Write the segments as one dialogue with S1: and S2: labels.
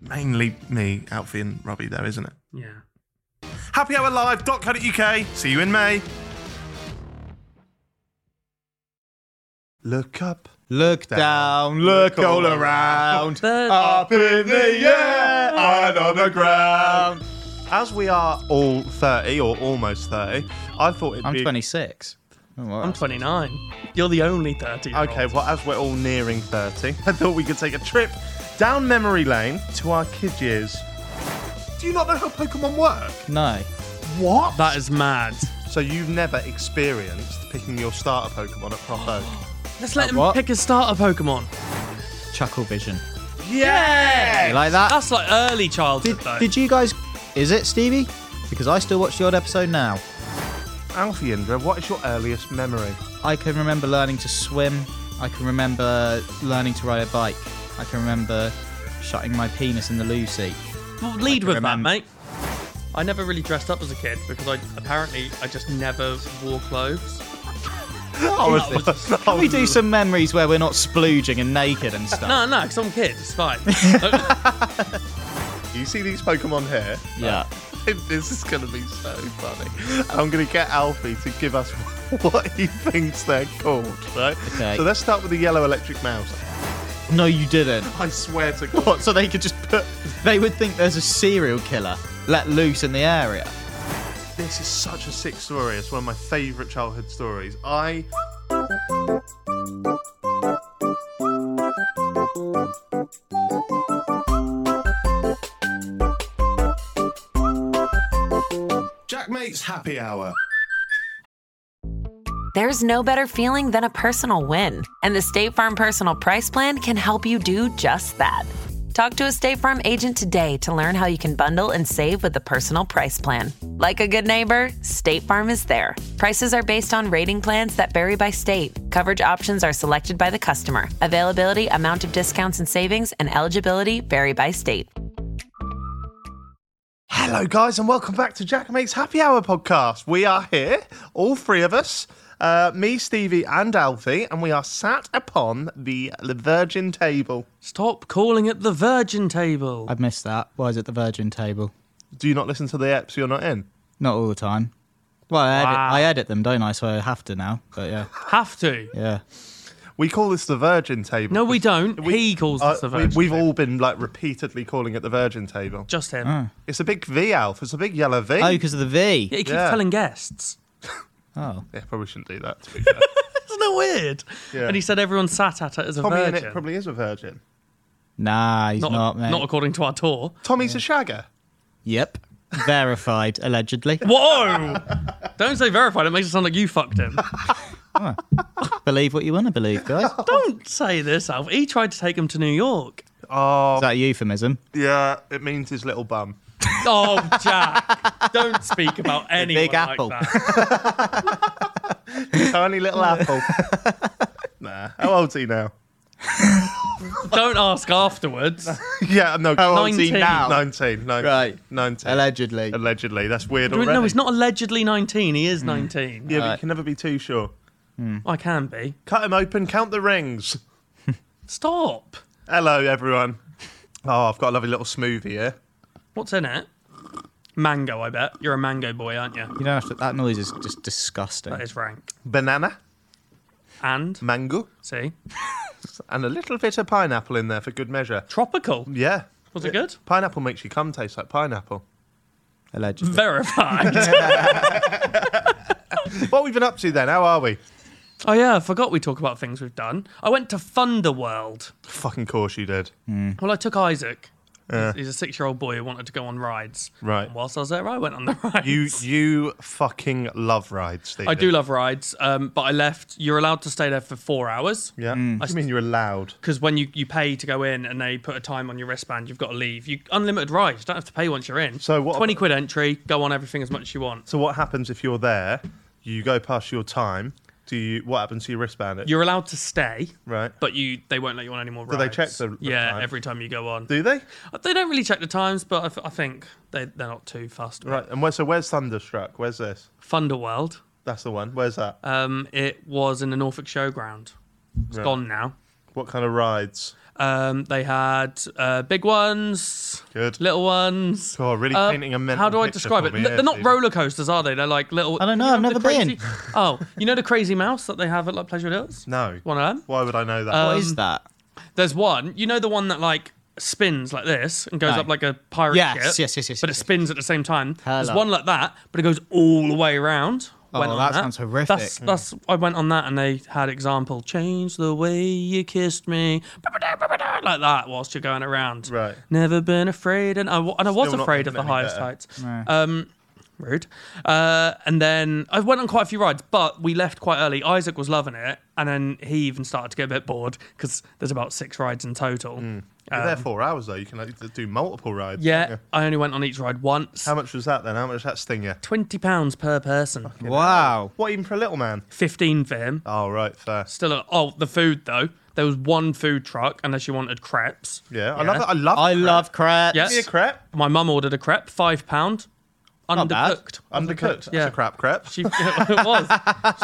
S1: Mainly me, Alfie, and Robbie, though, isn't it?
S2: Yeah.
S1: happyhourlive.co.uk. See you in May. Look up.
S3: Look down, look all around, Ah,
S2: Bird.
S3: up in the air and on the ground.
S1: As we are all 30 or almost 30, I thought it'd
S3: I'm
S1: be.
S3: 26. Oh, wow.
S2: I'm 29. You're the only 30. -year-old.
S1: Okay, well, as we're all nearing 30, I thought we could take a trip down memory lane to our kid years. Do you not know how Pokemon work?
S3: no.
S1: What?
S2: That is mad.
S1: So you've never experienced picking your starter Pokemon at Prop Oak?
S2: Let's let him
S3: what?
S2: pick a starter Pokemon.
S3: Chuckle vision.
S1: yeah!
S3: You like that?
S2: That's like early childhood,
S3: Did,
S2: though.
S3: did you guys. Is it Stevie? Because I still watch the odd episode now.
S1: Alfie Indra, what is your earliest memory?
S3: I can remember learning to swim. I can remember learning to ride a bike. I can remember shutting my penis in the loo seat.
S2: Well, lead with that,
S3: remem-
S2: mate. I never really dressed up as a kid because I apparently I just never wore clothes.
S1: I was,
S3: Can
S1: Oh,
S3: we do some memories where we're not splooging and naked and stuff?
S2: No, no, because I'm a kid. It's fine.
S1: You see these Pokemon here?
S3: Yeah.
S1: This is going to be so funny. I'm going to get Alfie to give us what he thinks they're called, right?
S3: Okay.
S1: So let's start with the yellow electric mouse.
S3: No, you didn't.
S1: I swear to God.
S3: What, so they could just put. They would think there's a serial killer let loose in the area.
S1: This is such a sick story. It's one of my favourite childhood stories. I. Jack Mate's Happy Hour.
S4: There's no better feeling than a personal win, and the State Farm Personal Price Plan can help you do just that. Talk to a State Farm agent today to learn how you can bundle and save with the Personal Price Plan. Like a good neighbor, State Farm is there. Prices are based on rating plans that vary by state. Coverage options are selected by the customer. Availability, amount of discounts and savings, and eligibility vary by state.
S1: Hello, guys, and welcome back to Jack Makes Happy Hour podcast. We are here, all three of us, uh, me, Stevie, and Alfie, and we are sat upon the Virgin table.
S2: Stop calling it the Virgin Table.
S3: I've missed that. Why is it the Virgin table?
S1: Do you not listen to the eps you're not in?
S3: Not all the time. Well, I edit,
S2: Wow.
S3: I edit them, don't I? So I have to now. But yeah,
S2: Have to.
S3: yeah.
S1: We call this the Virgin table.
S2: No, we don't.
S1: We-
S2: he calls
S1: Uh,
S2: us the
S1: we-
S2: Virgin.
S1: we've all been like repeatedly calling it the Virgin table.
S2: Just him.
S1: It's a big V, Alf. It's a big yellow V.
S3: Oh, because of the V.
S2: Yeah, he keeps
S1: Yeah.
S2: telling guests.
S3: Oh,
S1: yeah, probably shouldn't do that. To be fair.
S2: Isn't that weird?
S1: Yeah.
S2: And he said everyone sat at it as a
S1: Tommy in
S2: virgin.
S1: it probably is a virgin.
S3: nah, he's not, mate.
S2: not according to our tour.
S1: Tommy's a shagger.
S3: Yep. Verified, allegedly.
S2: Whoa! Don't say verified. It makes it sound like you fucked him.
S3: Believe what you want to believe, guys. Is
S2: Don't say this, Alf. He tried to take him to New York.
S1: Oh,
S3: that a euphemism?
S1: yeah. It means his little bum.
S2: Oh, Jack. Don't speak about anyone
S3: Big
S2: like
S3: Apple.
S2: that.
S1: Tiny little apple. nah. How old's he now?
S2: Don't ask afterwards.
S1: Yeah, no. How
S2: old's he 19. now?
S1: 19. No,
S3: Right.
S1: 19.
S3: Allegedly.
S1: Allegedly. That's weird already.
S2: no, he's not allegedly 19. He is 19.
S1: Hmm. Yeah, but you
S3: Right.
S1: can never be too sure.
S2: I can be.
S1: Cut him open. Count the rings.
S2: Stop.
S1: Hello, everyone. Oh, I've got a lovely little smoothie here.
S2: What's in it? Mango, I bet. You're a mango boy, aren't you?
S3: You don't have to. That noise is just disgusting.
S2: That is rank.
S1: Banana,
S2: And,
S1: mango,
S2: see,
S1: and a little bit of pineapple in there for good measure.
S2: tropical.
S1: Yeah.
S2: Was it good?
S1: Pineapple makes your cum taste like pineapple.
S3: Allegedly.
S2: Verified.
S1: what have we been up to then? How are we?
S2: oh, yeah, I forgot we talk about things we've done. I went to Thunder World.
S1: Fucking course you did.
S2: Well, I took Isaac. He's a six-year-old boy who wanted to go on rides.
S1: Right.
S2: And whilst I was there, I went on the rides.
S1: You you fucking love rides, Steve.
S2: I do love rides, um, but I left. You're allowed to stay there for four hours.
S1: Yeah. I
S3: Mm.
S1: mean you're allowed.
S2: Because when you, you pay to go in and they put a time on your wristband, you've got to leave. You unlimited rides. You don't have to pay once you're in.
S1: So what-
S2: Twenty quid entry. Go on everything as much as you want.
S1: So what happens if you're there? You go past your time. Do you? What happens to your wristband?
S2: You're allowed to stay,
S1: Right.
S2: But you they won't let you on any more rides.
S1: they check the- the
S2: yeah
S1: time?
S2: every time you go on?
S1: do they?
S2: Uh, They don't really check the times, but I, th- I think they they're not too fussed.
S1: Right. And where, so where's Thunderstruck? Where's this?
S2: Thunderworld.
S1: That's the one. Where's that?
S2: Um, it was in the Norfolk Showground. It's
S1: Right.
S2: gone now.
S1: what kind of rides?
S2: Um, they had uh, big ones,
S1: Good.
S2: little ones.
S1: God, really painting a mental
S2: uh, How do I
S1: picture
S2: describe
S1: for
S2: it?
S1: me
S2: They're
S1: here,
S2: they're not
S1: Steve.
S2: roller coasters, are they? They're like little.
S3: I don't know, I've
S2: remember the
S3: never
S2: crazy- oh, you know the crazy mouse that they have at like Pleasure Adults?
S1: No.
S2: One of them.
S1: Why would I know that?
S2: Um,
S3: What is that?
S2: There's one. You know the one that like spins like this and goes
S3: No.
S2: up like a pirate
S3: Yes,
S2: ship.
S3: yes, yes, yes,
S2: But
S3: yes,
S2: it spins at the same time. There's
S3: Hello.
S2: one like that, but it goes all the way around.
S3: Oh,
S2: Went on
S3: that sounds horrific.
S2: That's, that's I went on that and they had example change the way you kissed me like that whilst you're going around.
S1: Right.
S2: Never been afraid, and I wa- and I was
S1: Still not
S2: afraid of the
S1: making it any
S2: highest
S1: better.
S2: heights. Um, rude. Uh, and then I went on quite a few rides, but we left quite early. Isaac was loving it, and then he even started to get a bit bored because there's about six rides in total.
S1: You're there four hours though. You can like, do multiple rides.
S2: Uh, Yeah,
S1: don't you?
S2: I only went on each ride once.
S1: How much was that then? How much that sting you?
S2: Twenty pounds per person.
S3: Wow.
S1: What even for a little man?
S2: Fifteen for him.
S1: Oh right, fair.
S2: Still, a, oh, the food though. There was one food truck, unless you wanted crepes.
S1: Yeah, I love it. I love.
S3: I love crabs.
S2: Yeah.
S1: Give me a crepe.
S2: My mum ordered a crepe, five pound,
S3: bad.
S2: undercooked.
S1: Undercooked. That's
S2: yeah.
S1: a crap crepe.
S2: She, it was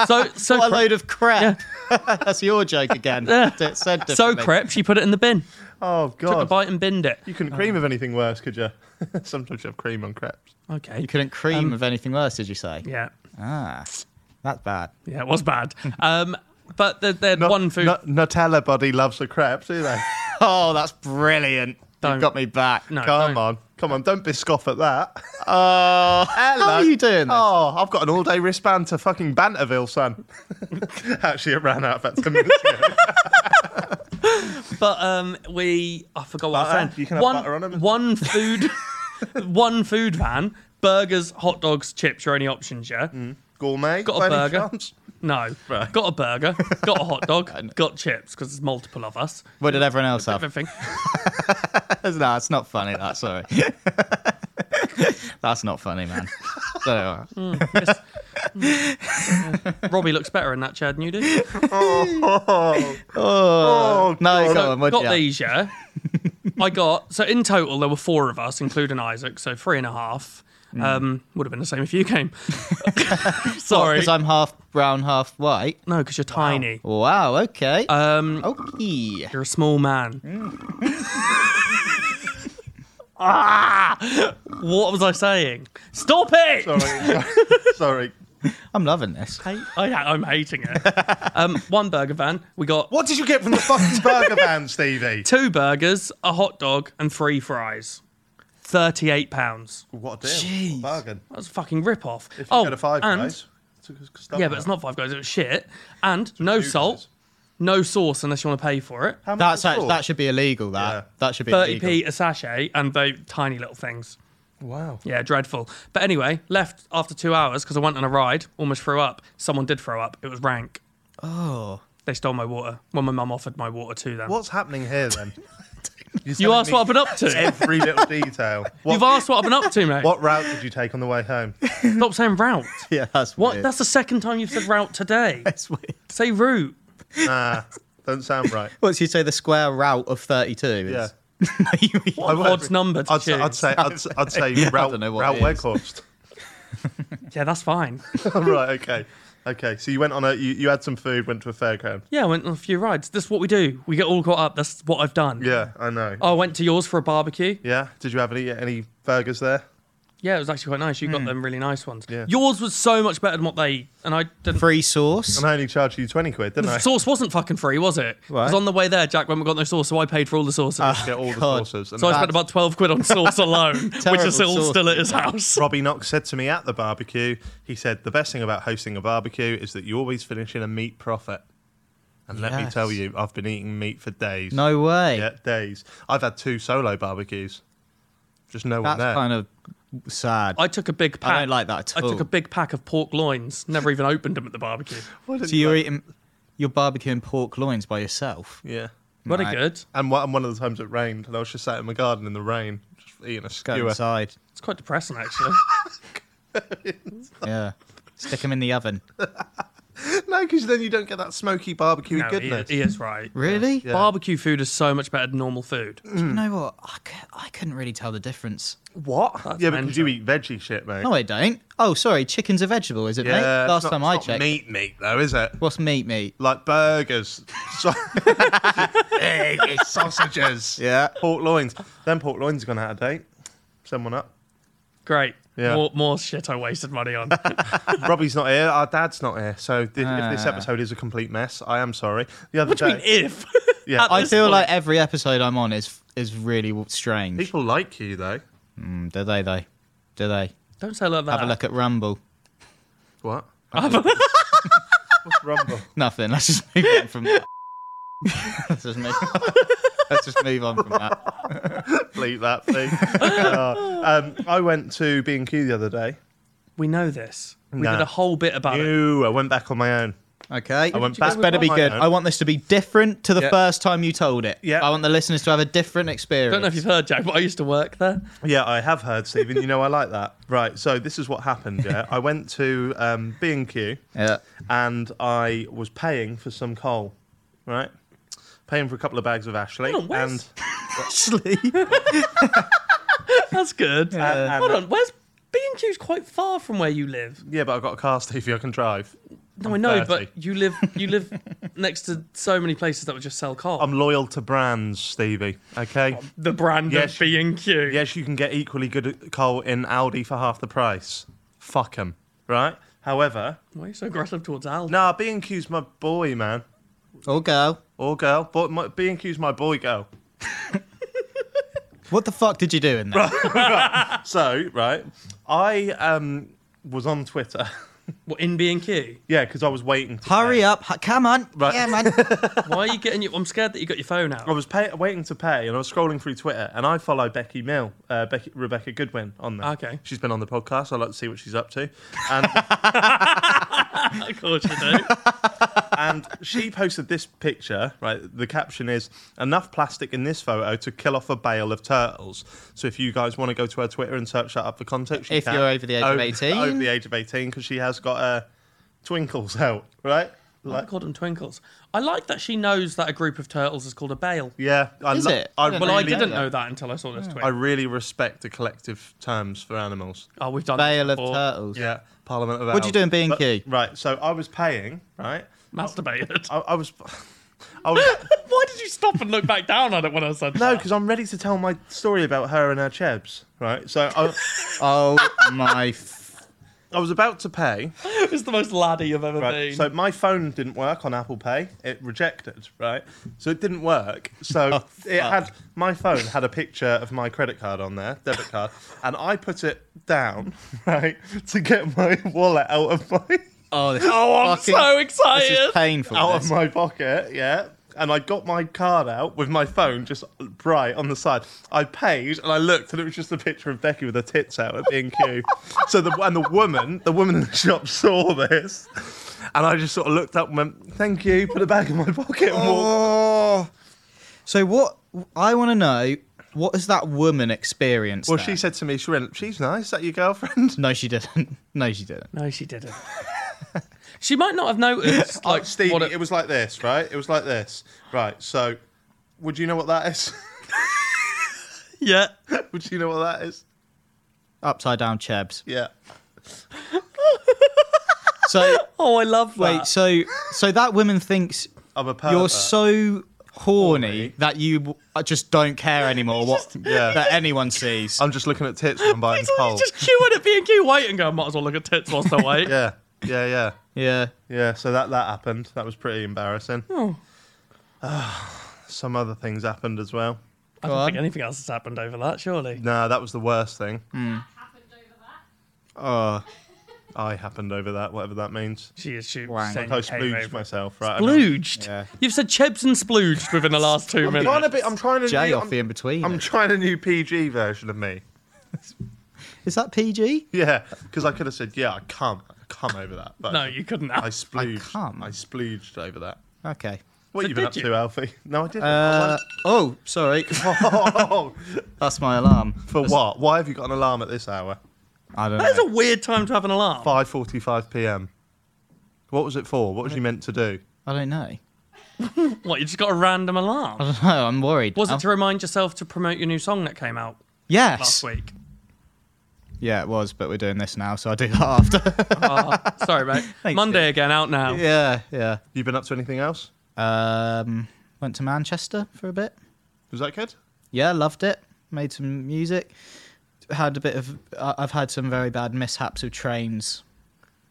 S2: so so
S3: What a
S2: cre-
S3: load of crap. That's your joke again. It's said
S2: so
S3: differently.
S2: crep. She put it in the bin.
S1: Oh
S2: Took a
S1: god.
S2: bite Oh. and binned it.
S1: You couldn't cream of anything worse, could you? Sometimes you have cream on crepes.
S2: Okay.
S3: You couldn't cream
S2: Um,
S3: of anything worse, did you say?
S2: Yeah.
S1: Uh,
S3: Ah, that's bad.
S2: Yeah, it was bad. um, but the, the one food.
S1: Nut- Nutella body loves a crepe, do they?
S3: Oh, that's brilliant.
S2: Don't.
S3: You've got me back.
S2: no,
S1: Come
S2: don't.
S1: on, come on! Don't biscoff at that.
S3: Oh,
S1: Uh, Hello.
S3: how are you doing? This?
S1: Oh, I've got an all-day wristband to fucking Banterville, son. Actually, it ran out about ten minutes ago.
S2: But um, we. I forgot what I
S1: Butter?
S2: was saying.
S1: Uh, You can have
S2: one,
S1: butter on 'em.
S2: One food. one food van. Burgers, hot dogs, chips, your only options, yeah?
S1: Gourmet.
S2: Got a
S1: by any
S2: burger.
S1: chance?
S2: No.
S1: Mm. Right.
S2: Got a burger, got a hot dog, got chips, because there's multiple of us.
S3: What did everyone else
S1: Oh.
S3: have?
S2: Everything.
S3: no, it's not funny. That sorry. that's not funny, man. So, uh,
S2: Mm. Robbie looks better in that chair than you do.
S1: Oh,
S3: no,
S1: God.
S3: go on. What
S2: got
S3: you have?
S2: these, yeah. I got so in total there were four of us, including Isaac, so three and a half.
S1: Mm.
S2: Um, would have been the same if you came. Sorry,
S3: Because I'm half brown, half white.
S2: no, because you're tiny.
S3: Wow. Okay. Um. Okay.
S2: You're a small man.
S1: Mm.
S2: ah! What was I saying? Stop it!
S1: Sorry. Sorry.
S3: I'm loving this.
S2: Hate- I, I'm hating it. um, one burger van. We got
S1: What did you get from the fucking burger van, Stevie?
S2: two burgers, a hot dog, and three fries. Thirty-eight pounds.
S1: What a deal.
S3: Jeez.
S1: Bargain.
S2: That was a fucking rip-off.
S1: If you
S2: oh,
S1: go to five
S2: and
S1: guys. it's a good stuff
S2: Yeah, but it's
S1: now.
S2: not five guys. It was shit. And no
S1: two
S2: salt,
S1: guys.
S2: no sauce unless you want to pay for it.
S1: How much
S3: That's
S1: is it for?
S3: that should be illegal. That
S1: Yeah.
S3: that should be
S2: Thirty
S3: illegal.
S2: p a sachet, and they tiny little things.
S1: Wow.
S2: Yeah, dreadful. But anyway, left after two hours because I went on a ride, almost threw up. Someone did throw up. It was rank.
S3: Oh.
S2: They stole my water. Well, my mum offered my water to them.
S1: What's happening here then? You're
S2: You
S1: telling
S2: asked
S1: me
S2: what I've been up to.
S1: Every little detail. What,
S2: You've asked what I've been up to, mate.
S1: what route did you take on the way home?
S2: Stop saying route.
S3: Yeah, that's
S2: What?
S3: Weird.
S2: That's the second time you've said route today.
S3: that's weird.
S2: Say route.
S1: Nah, don't sound right.
S3: What so you say? The square route of thirty-two. Is?
S1: Yeah.
S3: Yeah.
S1: I would-
S2: Odd number to
S1: I'd,
S2: choose.
S1: I'd say I'd, I'd say route,
S3: don't know what
S1: route
S3: it is.
S1: Weghorst.
S2: Yeah, that's fine.
S1: right. Okay. Okay. So you went on a you, you had some food, went to a fairground.
S2: Yeah, I went on a few rides. That's what we do. We get all caught up. That's what I've done.
S1: Yeah, I know.
S2: I went to yours for a barbecue.
S1: Yeah. Did you have any any burgers there?
S2: Yeah, it was actually quite nice. You got them really nice ones.
S1: Hmm. Yeah.
S2: Yours was so much better than what they and I didn't.
S3: Free sauce.
S1: And I only charged you twenty quid, didn't I?
S2: The sauce wasn't fucking free, was it? Because
S3: Right.
S2: on the way there, Jack, when we got no sauce, so I paid for all the sauces.
S3: Ah.
S1: Get all the
S3: God.
S1: sauces. And
S2: so I
S1: that-
S2: spent about twelve quid on sauce alone, which
S3: Terrible
S2: is still
S3: sauce.
S2: still at his house.
S1: Robbie Knox said to me at the barbecue, he said, The best thing about hosting a barbecue is that you always finish in a meat profit. And let me
S3: Yes.
S1: tell you, I've been eating meat for days.
S3: No way.
S1: Yeah, days. I've had two solo barbecues. Just no one
S3: That's
S1: there.
S3: kind of sad.
S2: I took a big pack.
S3: I don't like that at
S2: I took
S3: all.
S2: a big pack of pork loins. Never even opened them at the barbecue.
S3: so you're eating your barbecue and pork loins by yourself.
S1: yeah.
S2: What a
S3: Right.
S2: good.
S1: And one, and one of the times it rained, and I was just sat in my garden in the rain, just eating a
S3: Just go
S1: skewer.
S3: inside.
S2: It's quite depressing actually.
S3: Yeah. Stick them in the oven.
S1: No, because then you don't get that smoky barbecue
S2: No, he,
S1: goodness.
S2: he is right.
S3: Really? Mm,
S1: Yeah. Hmm.
S2: Barbecue food is so much better than normal food.
S3: You know what? I, c- I couldn't really tell the difference.
S1: What? yeah, but 'cause you
S2: mental.
S1: eat veggie shit, mate.
S3: No, I don't. Oh, sorry. Chicken's a vegetable, is it,
S1: yeah,
S3: mate?
S1: it's
S3: Last
S1: not-
S3: time
S1: it's
S3: I
S1: not
S3: checked.
S1: Meat, meat though, is it?
S3: What's meat, meat?
S1: Like burgers, so- Hey, it's sausages.
S3: Yeah.
S1: pork loins. Then pork loins have gone out of date. Send one up.
S2: Great.
S1: Yeah.
S2: More, more shit I wasted money on.
S1: Robbie's not here. Our dad's not here. So thi- if this
S3: Ah.
S1: episode is a complete mess, I am sorry. The other
S2: what do you
S1: day,
S2: mean if?
S1: Yeah.
S2: At
S3: I
S2: this
S3: feel
S2: point-
S3: like every episode I'm on is is really w- strange.
S1: people like you though.
S3: Mm, do they, though? Do they?
S2: Don't say like that.
S3: Have a look at Rumble.
S1: What? What's rumble?
S3: Nothing. Let's just move on from that. let's, just move let's just move on from that.
S1: Bleep that thing. um, I went to B and Q the other day.
S2: We know this. We
S1: Nah.
S2: did a whole bit about it.
S1: No, I went back on my own.
S3: Okay.
S1: I went
S3: this
S1: back
S3: better be
S1: on my
S3: good.
S1: own.
S3: I want this to be different to the
S1: Yeah.
S3: first time you told it.
S1: Yeah.
S3: I want the listeners to have a different experience.
S2: I don't know if you've heard, Jack, but I used to work there.
S1: Yeah, I have heard, Stephen. You know, I like that. Right. So this is what happened. Yeah, I went to um, B and Q,
S3: Yeah.
S1: and I was paying for some coal. Right, paying for a couple of bags of Ashley,
S2: Hold on, where's-
S1: and
S3: Actually,
S2: That's good.
S1: and-
S2: Hold on. Where's B&Q's quite far from where you live?
S1: yeah, but I've got a car, Stevie. I can drive.
S2: No,
S1: I'm
S2: i
S1: 30.
S2: know, but you live you live next to so many places that would just sell coal.
S1: I'm loyal to brands, Stevie. Okay.
S2: the brand
S1: Yes.
S2: of B&Q.
S1: Yes, you can get equally good coal in Aldi for half the price. Fuck 'em, Right. However,
S2: Why are you so aggressive towards Al?
S1: nah, B and Q's my boy, man.
S3: or Oh, girl.
S1: Or girl, but my, B&Q's my boy girl.
S3: What the fuck did you do in there?
S1: So, right, I um, was on Twitter.
S2: What, in B&Q?
S1: yeah, because I was waiting. To
S3: Hurry
S1: pay.
S3: up! hu- Come on!
S1: Right.
S3: Yeah, man.
S2: Why are you getting your... I'm scared that you got your phone out.
S1: I was pay- waiting to pay, and I was scrolling through Twitter, and I follow Becky Mill, uh, Becky- Rebecca Goodwin on there.
S2: Okay.
S1: she's been on the podcast. I like to see what she's up to, and
S2: of course you do.
S1: and she posted this picture. Right, the caption is enough plastic in this photo to kill off a bale of turtles. So if you guys want to go to her Twitter and search that up for context, you
S3: If
S1: can.
S3: you're over the age of
S1: Over-
S3: 18.
S1: over the age of eighteen, because she has got uh, twinkles out, right?
S2: I called them twinkles. I like that she knows that a group of turtles is called a bale.
S1: Yeah, I
S3: Is
S1: lo-
S3: it?
S1: I
S3: I don't
S2: Well,
S1: really,
S2: I didn't
S3: that.
S2: know that until I saw this tweet.
S1: I really respect the collective terms for animals.
S2: oh, we've done
S3: Bale
S2: this
S3: of
S2: before.
S3: turtles.
S1: Yeah, Parliament of.
S3: What'd you do in
S1: Owls.
S3: B&Q?
S1: But- Right, so I was paying. Right,
S2: Masturbated.
S1: I, I was. I was
S2: Why did you stop and look back down at it when I said
S1: no,
S2: that?
S1: because I'm ready to tell my story about her and her chebs. Right, so I,
S3: Oh my! F-
S1: I was about to pay.
S2: It's the most laddie I've ever
S1: Right,
S2: been.
S1: so my phone didn't work on Apple Pay. It rejected. Right, so it didn't work. So it had my phone had a picture of my credit card on there, debit card, and I put it down right to get my wallet out of my.
S3: oh, this
S2: oh, I'm
S3: fucking-
S2: so
S3: This
S2: excited.
S3: is painful.
S1: out
S3: this.
S1: of Oh, my pocket, yeah. And I got my card out with my phone just bright on the side. I paid and I looked and it was just a picture of Becky with her tits out at B&Q. so the and the woman, the woman in the shop saw this, and I just sort of looked up and went, "Thank you." Put it back in my pocket and walked.
S3: Oh. So what? I want to know what has that woman experienced?
S1: Well,
S3: there?
S1: she said to me, "She went, she's nice. Is that your girlfriend?"
S3: No, she didn't. No, she didn't.
S2: No, she didn't. she might not have noticed. Like,
S1: Like Steve,
S2: what
S1: Oh, it,
S2: it-
S1: was like this, right? It was like this, right? So, would you know what that is?
S2: yeah.
S1: would you know what that is?
S3: Upside down chebs.
S1: Yeah.
S3: So
S2: Oh, I love that.
S3: wait, so so that woman thinks
S1: I'm a pervert.
S3: you're so horny, that you w- I just don't care anymore what
S1: Yeah.
S3: that anyone sees.
S1: I'm just looking at tits and I'm biting
S2: It's like
S1: coal.
S2: you just queuing at B&Q wait and go, might as well look at tits whilst I wait.
S1: Yeah, yeah, yeah,
S3: yeah.
S1: yeah. So that that happened. That was pretty embarrassing.
S3: Oh.
S1: Some other things happened as well.
S2: I don't think anything else has happened over that, surely.
S1: No, that was the worst thing.
S5: happened over that.
S3: Oh,
S1: I happened over that, whatever that means.
S2: She is she
S3: Wank.
S2: saying
S1: I
S2: you came
S1: splooged
S2: over.
S1: myself, right? I know.
S2: Splooged?
S3: Yeah.
S2: You've said chebs and splooged within the last two
S1: I'm trying,
S2: minutes.
S1: a bit, I'm trying a
S3: Jay
S1: new,
S3: off
S1: I'm,
S3: in between.
S1: I'm
S3: it.
S1: trying a new PG version of me.
S3: Is that PG?
S1: Yeah, because I could have said, yeah, I come, I come over that. But
S2: No, you couldn't have.
S1: I splooged. I,
S3: come.
S1: splooged over that.
S3: Okay.
S1: What
S2: So
S1: you been
S2: did
S1: up
S2: you?
S1: to, Alfie? No, I didn't.
S3: Uh, oh, sorry.
S1: oh,
S3: That's my alarm.
S1: for what? Why have you got an alarm at this hour?
S3: I don't
S2: That's a
S3: know.
S2: weird time to have an alarm.
S1: 5:45 p.m. What was it for? What was you meant to do?
S3: I don't know.
S2: What, you just got a random alarm?
S3: Oh, I'm worried.
S2: Was
S3: now.
S2: it to remind yourself to promote your new song that came out
S3: Yes.
S2: last week?
S3: Yeah, it was, but we're doing this now, so I do that after.
S2: Sorry, mate. Monday again, out now.
S3: yeah, yeah.
S1: You been up to anything else?
S3: Um, went to Manchester for a bit.
S1: Was that good?
S3: Yeah, loved it. Made some music. Had a bit of. I- I've had some very bad mishaps of trains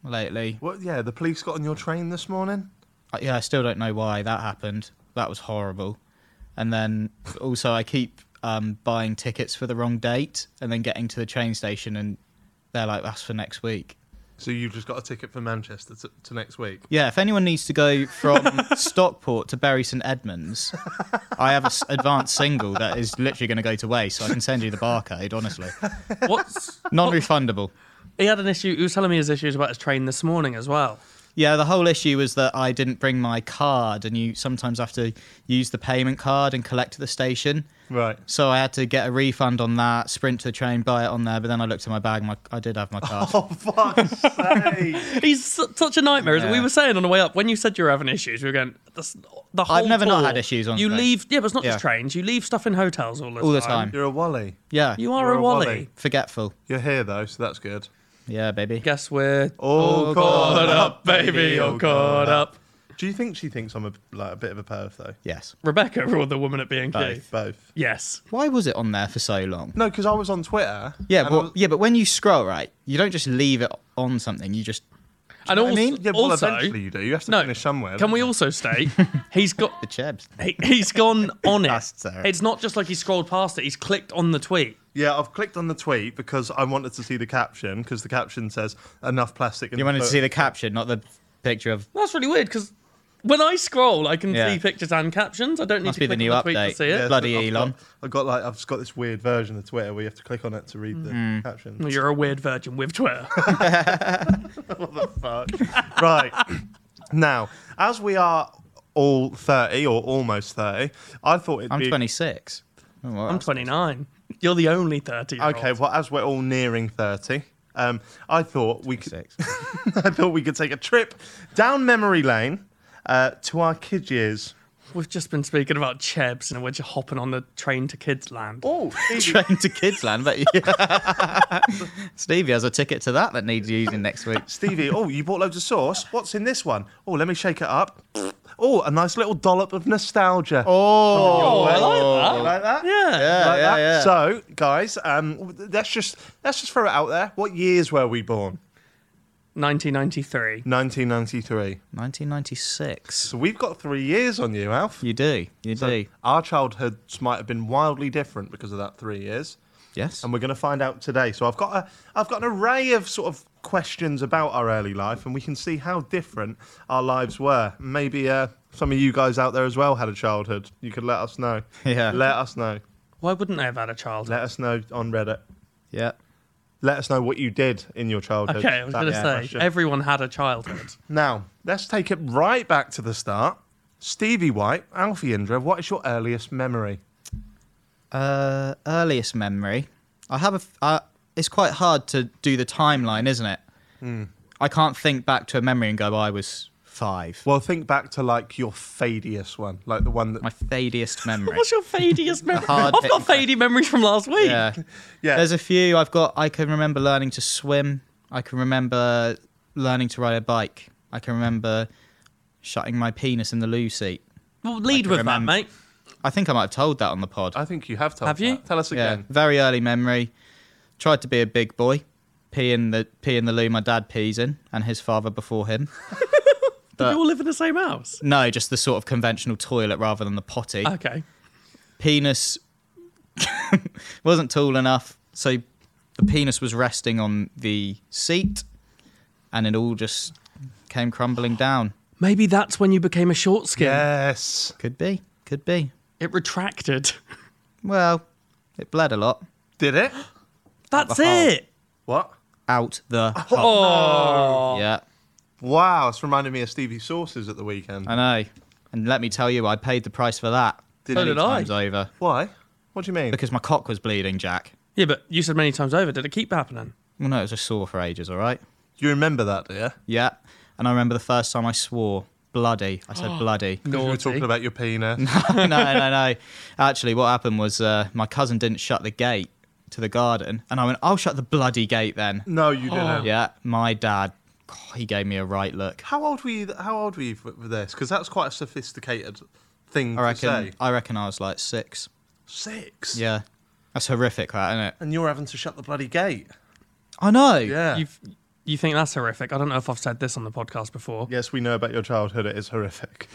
S3: lately.
S1: What? Yeah, the police got on your train this morning.
S3: Uh, Yeah, I still don't know why that happened. That was horrible. And then also, I keep um, buying tickets for the wrong date, and then getting to the train station, and they're like, "That's for next week."
S1: So you've just got a ticket for Manchester to, to next week.
S3: Yeah, if anyone needs to go from Stockport to Bury St Edmunds, I have an advanced single that is literally going to go to waste. So I can send you the barcode. Honestly,
S2: What's
S3: non-refundable.
S2: he had an issue? He was telling me his issues about his train this morning as well.
S3: Yeah, the whole issue was that I didn't bring my card, and you sometimes have to use the payment card and collect at the station.
S1: Right.
S3: So I had to get a refund on that, sprint to the train, buy it on there. But then I looked at my bag, my, I did have my card.
S1: Oh fuck's sake!
S2: He's su- such a nightmare. As
S3: Yeah.
S2: we were saying on the way up, when you said you were having issues, we were going. That's the whole
S3: I've never not
S2: tour,
S3: had issues on
S2: You
S3: trains.
S2: leave, yeah, but it's not just
S3: Yeah.
S2: trains. You leave stuff in hotels all the
S3: All the
S2: time.
S3: time.
S1: You're a wally.
S3: Yeah,
S2: You are
S1: You're
S2: a
S1: a
S2: wally.
S1: wally.
S3: forgetful.
S1: You're here though, so that's good.
S3: Yeah, baby.
S2: Guess we're
S1: All
S2: caught up, baby. All caught up.
S1: Do you think she thinks I'm a, like a bit of a perv though?
S3: Yes.
S2: Rebecca or the woman at B and Q?
S1: Both. Both.
S2: Yes.
S3: Why was it on there for so long?
S1: No, because I was on Twitter.
S3: Yeah,
S1: and I
S3: but
S1: was-
S3: yeah, but when you scroll, right, you don't just leave it on something. You just
S2: And also,
S3: I mean?
S1: yeah, well,
S2: also
S1: eventually you do. You have to
S2: no.
S1: finish somewhere.
S2: Can
S1: don't
S2: we
S1: you?
S2: also state he's got
S3: the chebs.
S2: he, he's gone on it?
S3: That's terrible.
S2: It's not just like he scrolled past it. He's clicked on the tweet.
S1: Yeah, I've clicked on the tweet because I wanted to see the caption because the caption says enough plastic. In
S3: You wanted to see the caption, not the picture of.
S2: That's really weird because when I scroll, I can
S3: Yeah.
S2: see pictures and captions. I don't need
S3: Must
S2: to
S3: be
S2: click
S3: the new
S2: on the tweet to
S3: update.
S2: see it.
S3: Yeah. bloody
S1: I've
S3: Elon.
S1: Got, I've got like I've just got this weird version of Twitter where you have to click on it to read the
S3: Hmm.
S1: caption.
S2: Well, You're a weird virgin with Twitter.
S1: Fuck. right. Now, as we are all 30 or almost 30, I thought it'd
S3: I'm
S1: be
S3: 26. Oh, wow.
S2: I'm 29. You're the only 30. -year-old.
S1: Okay, well as we're all nearing 30, um, I thought we could
S3: Six.
S1: I thought we could take a trip down memory lane uh, to our kid years.
S2: We've just been speaking about Chebs and we're just hopping on the train to Kids Land.
S1: Oh,
S3: Train to Kidsland, but yeah. Stevie has a ticket to that that needs using next week.
S1: Stevie, oh, you bought loads of sauce. What's in this one? Oh, let me shake it up. Oh, a nice little dollop of nostalgia.
S3: Oh, I like
S1: like that?
S2: Yeah.
S3: Yeah,
S1: Like
S3: yeah,
S1: that?
S3: yeah.
S1: So, guys, um, let's just let's just throw it out there. What years were we born?
S2: 1993.
S1: 1993.
S3: 1996.
S1: So we've got three years on you, Alf.
S3: You do. You do.
S1: Our childhoods might have been wildly different because of that three years,
S3: Yes.
S1: and we're going to find out today. So I've got a I've got an array of sort of questions about our early life, and we can see how different our lives were. Maybe uh, some of you guys out there as well had a childhood. You could let us know.
S3: Yeah.
S1: Let us know.
S2: Why wouldn't they have had a child?
S1: Let us know on Reddit.
S3: Yeah.
S1: Let us know what you did in your childhood.
S2: Okay, I was
S1: That
S2: going to
S1: was
S2: say,
S1: the question.
S2: everyone had a childhood.
S1: Now, let's take it right back to the start. Stevie White, Alfie Indra, what is your earliest memory?
S3: Uh, earliest memory. I have a. f- Uh, it's quite hard to do the timeline, isn't it?
S1: Hmm.
S3: I can't think back to a memory and go, I was five.
S1: Well, think back to like your fadiest one, like the one that.
S3: My fadiest memory.
S2: What's your fadiest memory? I've
S3: Hard
S2: got
S3: hit.
S2: fady memories from last week.
S3: yeah.
S1: Yeah.
S3: There's a few I've got. I can remember learning to swim. I can remember learning to ride a bike. I can remember shutting my penis in the loo seat.
S2: Well, lead with that,
S3: remember.
S2: mate.
S3: I think I might have told that on the pod.
S1: I think you have told.
S2: Have you?
S1: that. Tell us
S3: yeah.
S1: again.
S3: Very early memory. Tried to be a big boy. Pee in the pee in the loo. My dad pees in, and his father before him.
S2: Did you all live in the same house?
S3: No, just the sort of conventional toilet rather than the potty.
S2: Okay.
S3: penis wasn't tall enough, so the penis was resting on the seat, and it all just came crumbling down.
S2: Maybe that's when you became a short skin.
S1: Yes.
S3: Could be, could be.
S2: It retracted.
S3: Well, it bled a lot.
S1: Did it?
S2: That's
S3: the hole.
S2: it.
S1: What?
S3: Out the hole.
S2: Oh,
S3: Yeah,
S1: Wow, it's reminded me of Stevie Sauces at the weekend.
S3: I know. And let me tell you, I paid the price for that.
S1: Did
S2: so
S1: you?
S2: did I.
S3: Times over.
S1: Why? What do you mean?
S3: Because my cock was bleeding, Jack.
S2: Yeah, but you said many times over. Did it keep happening?
S3: Well, no, it was just sore for ages, all right?
S1: you remember that, do you?
S3: Yeah. And I remember the first time I swore, bloody. I said bloody.
S1: We were
S2: Naughty.
S1: talking about your penis.
S3: no, no, no. Actually, what happened was uh, my cousin didn't shut the gate to the garden, and I went, "I'll shut the bloody gate then."
S1: no, you didn't.
S3: Yeah, my dad, God, he gave me a right look.
S1: Oh. How old were you? How old were you for, for this? Because that's quite a sophisticated thing to
S3: I reckon.
S1: say.
S3: I reckon I was like six.
S1: Six.
S3: Yeah, that's horrific, that isn't it?
S1: And you're having to shut the bloody gate.
S3: I know.
S1: Yeah.
S2: You've, you think that's horrific? I don't know if I've said this on the podcast before.
S1: Yes, we know about your childhood. It is horrific.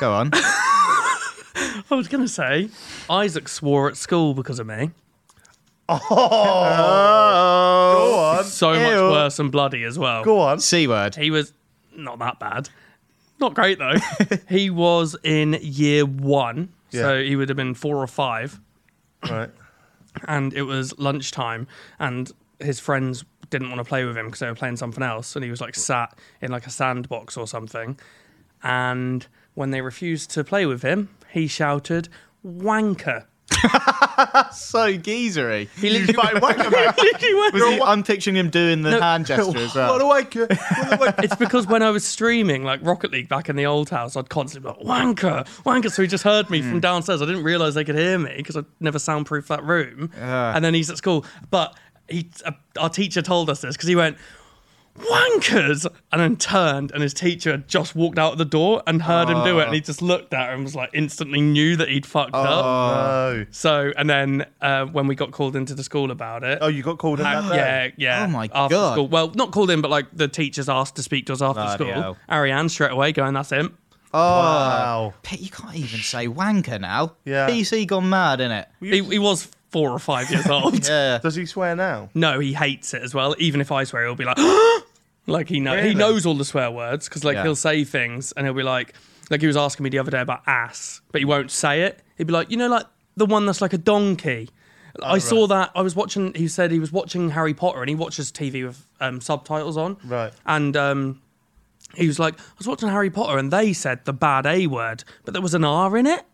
S3: Go on.
S2: I was gonna say Isaac swore at school because of me.
S1: Go on.
S2: So much
S1: Ew.
S2: worse and bloody as well.
S1: Go on.
S3: C word.
S2: He was not that bad. Not great though. he was in year one, so he would have been four or five,
S1: Right.
S2: and it was lunchtime, and his friends didn't want to play with him because they were playing something else, and he was like sat in like a sandbox or something, and when they refused to play with him, he shouted "wanker."
S3: So geezery.
S2: He literally,
S1: Fucking wanker, mate.
S2: literally went-
S3: Was he, I'm picturing him doing the hand gesture as
S1: What a
S3: well.
S1: wanker. What a wanker.
S2: It's because when I was streaming like Rocket League back in the old house, I'd constantly be like, wanker, wanker. So he just heard me
S1: Hmm.
S2: from downstairs. I didn't realize they could hear me because I'd never soundproofed that room. And then he's at school. But he, uh, our teacher told us this because he went, wankers, and then turned. And his teacher had just walked out the door and heard him do it. And he just looked at her and was like, instantly knew that he'd fucked up.
S1: Oh, No.
S2: So, and then uh, when we got called into the school about it,
S1: Oh, you got called in that day?
S2: yeah, yeah.
S3: Oh my
S2: after
S3: God.
S2: School. Well, not called in, but like the teachers asked to speak to us after
S3: Bloody
S2: school.
S3: hell.
S2: Ariane straight away going, "That's him."
S1: Wow.
S3: Oh. Pete, you can't even say wanker now.
S1: Yeah.
S3: PC gone mad, innit?
S2: He, he was four or five years old.
S3: Yeah.
S1: Does he swear now?
S2: No, he hates it as well. Even if I swear, he'll be like, like he know he knows all the swear words because like
S3: Yeah.
S2: he'll say things and he'll be like, like he was asking me the other day about ass, but he won't say it. He'd be like, you know, like the one that's like a donkey.
S1: Oh,
S2: I saw that. I was watching. He said he was watching Harry Potter, and he watches TV with um, subtitles on.
S1: Right.
S2: And um, he was like, I was watching Harry Potter, and they said the bad A word, but there was an R in it.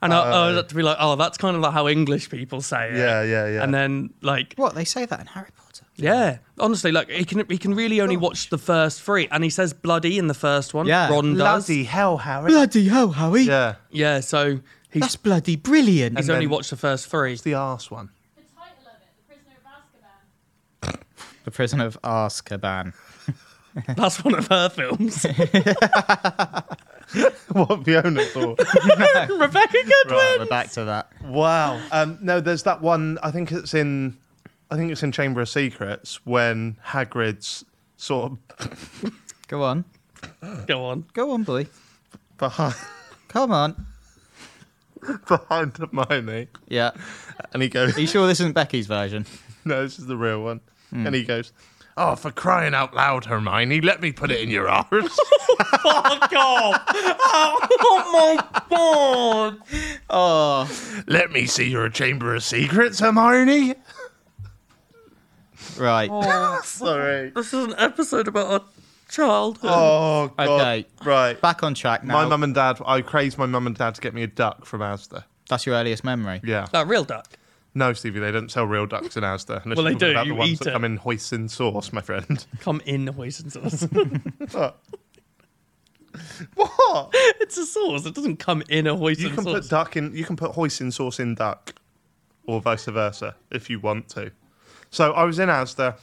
S2: And I, I was like to be like, oh, that's kind of like how English people say it.
S1: Yeah, yeah, yeah.
S2: And then like
S3: What they say that in Harry Potter?
S2: yeah, honestly, like he can he can really only watch the first three, and he says bloody in the first one.
S3: Yeah.
S2: Ron does.
S1: hell, Harry.
S3: Bloody hell, Howie.
S1: Yeah.
S2: Yeah, so he's
S3: That's bloody brilliant.
S2: he's only watched the first three.
S1: It's the arse one.
S6: The title of it, The Prisoner of Azkaban.
S3: The Prisoner of Azkaban.
S2: That's one of her films.
S1: what Fiona thought.
S2: Rebecca Goodwin.
S3: Right, we're back to that.
S1: Wow. Um, no, there's that one. I think it's in. I think it's in Chamber of Secrets when Hagrid's sort of
S3: Go on.
S2: Go on.
S3: Go on, boy.
S1: behind
S3: Come on.
S1: behind Hermione,
S3: Yeah.
S1: and he goes,
S3: Are you sure this isn't Becky's version?
S1: "No, this is the real one."
S3: Hmm.
S1: And he goes, "Oh, for crying out loud, Hermione, let me put it in your arse."
S2: Fuck off. Oh my god.
S3: Oh,
S1: let me see your Chamber of Secrets, Hermione.
S3: Right.
S1: Sorry.
S2: This is an episode about our childhood.
S1: Oh God.
S3: Okay.
S1: Right.
S3: Back on track now.
S1: My mum and dad. I crazed my mum and dad to get me a duck from Asda.
S3: That's your earliest memory.
S1: Yeah.
S2: That real duck.
S1: No, Stevie, they don't sell real ducks in Asda. unless
S2: Well, they
S1: you're talking
S2: do,
S1: About
S2: you
S1: the ones
S2: eat
S1: that
S2: it.
S1: come in hoisin sauce, my friend.
S2: Come in, hoisin sauce.
S1: What?
S2: it's a sauce. It doesn't come in a hoisin
S1: You can
S2: sauce.
S1: put duck in. You can put hoisin sauce in duck, or vice versa, if you want to. So I was in Asda.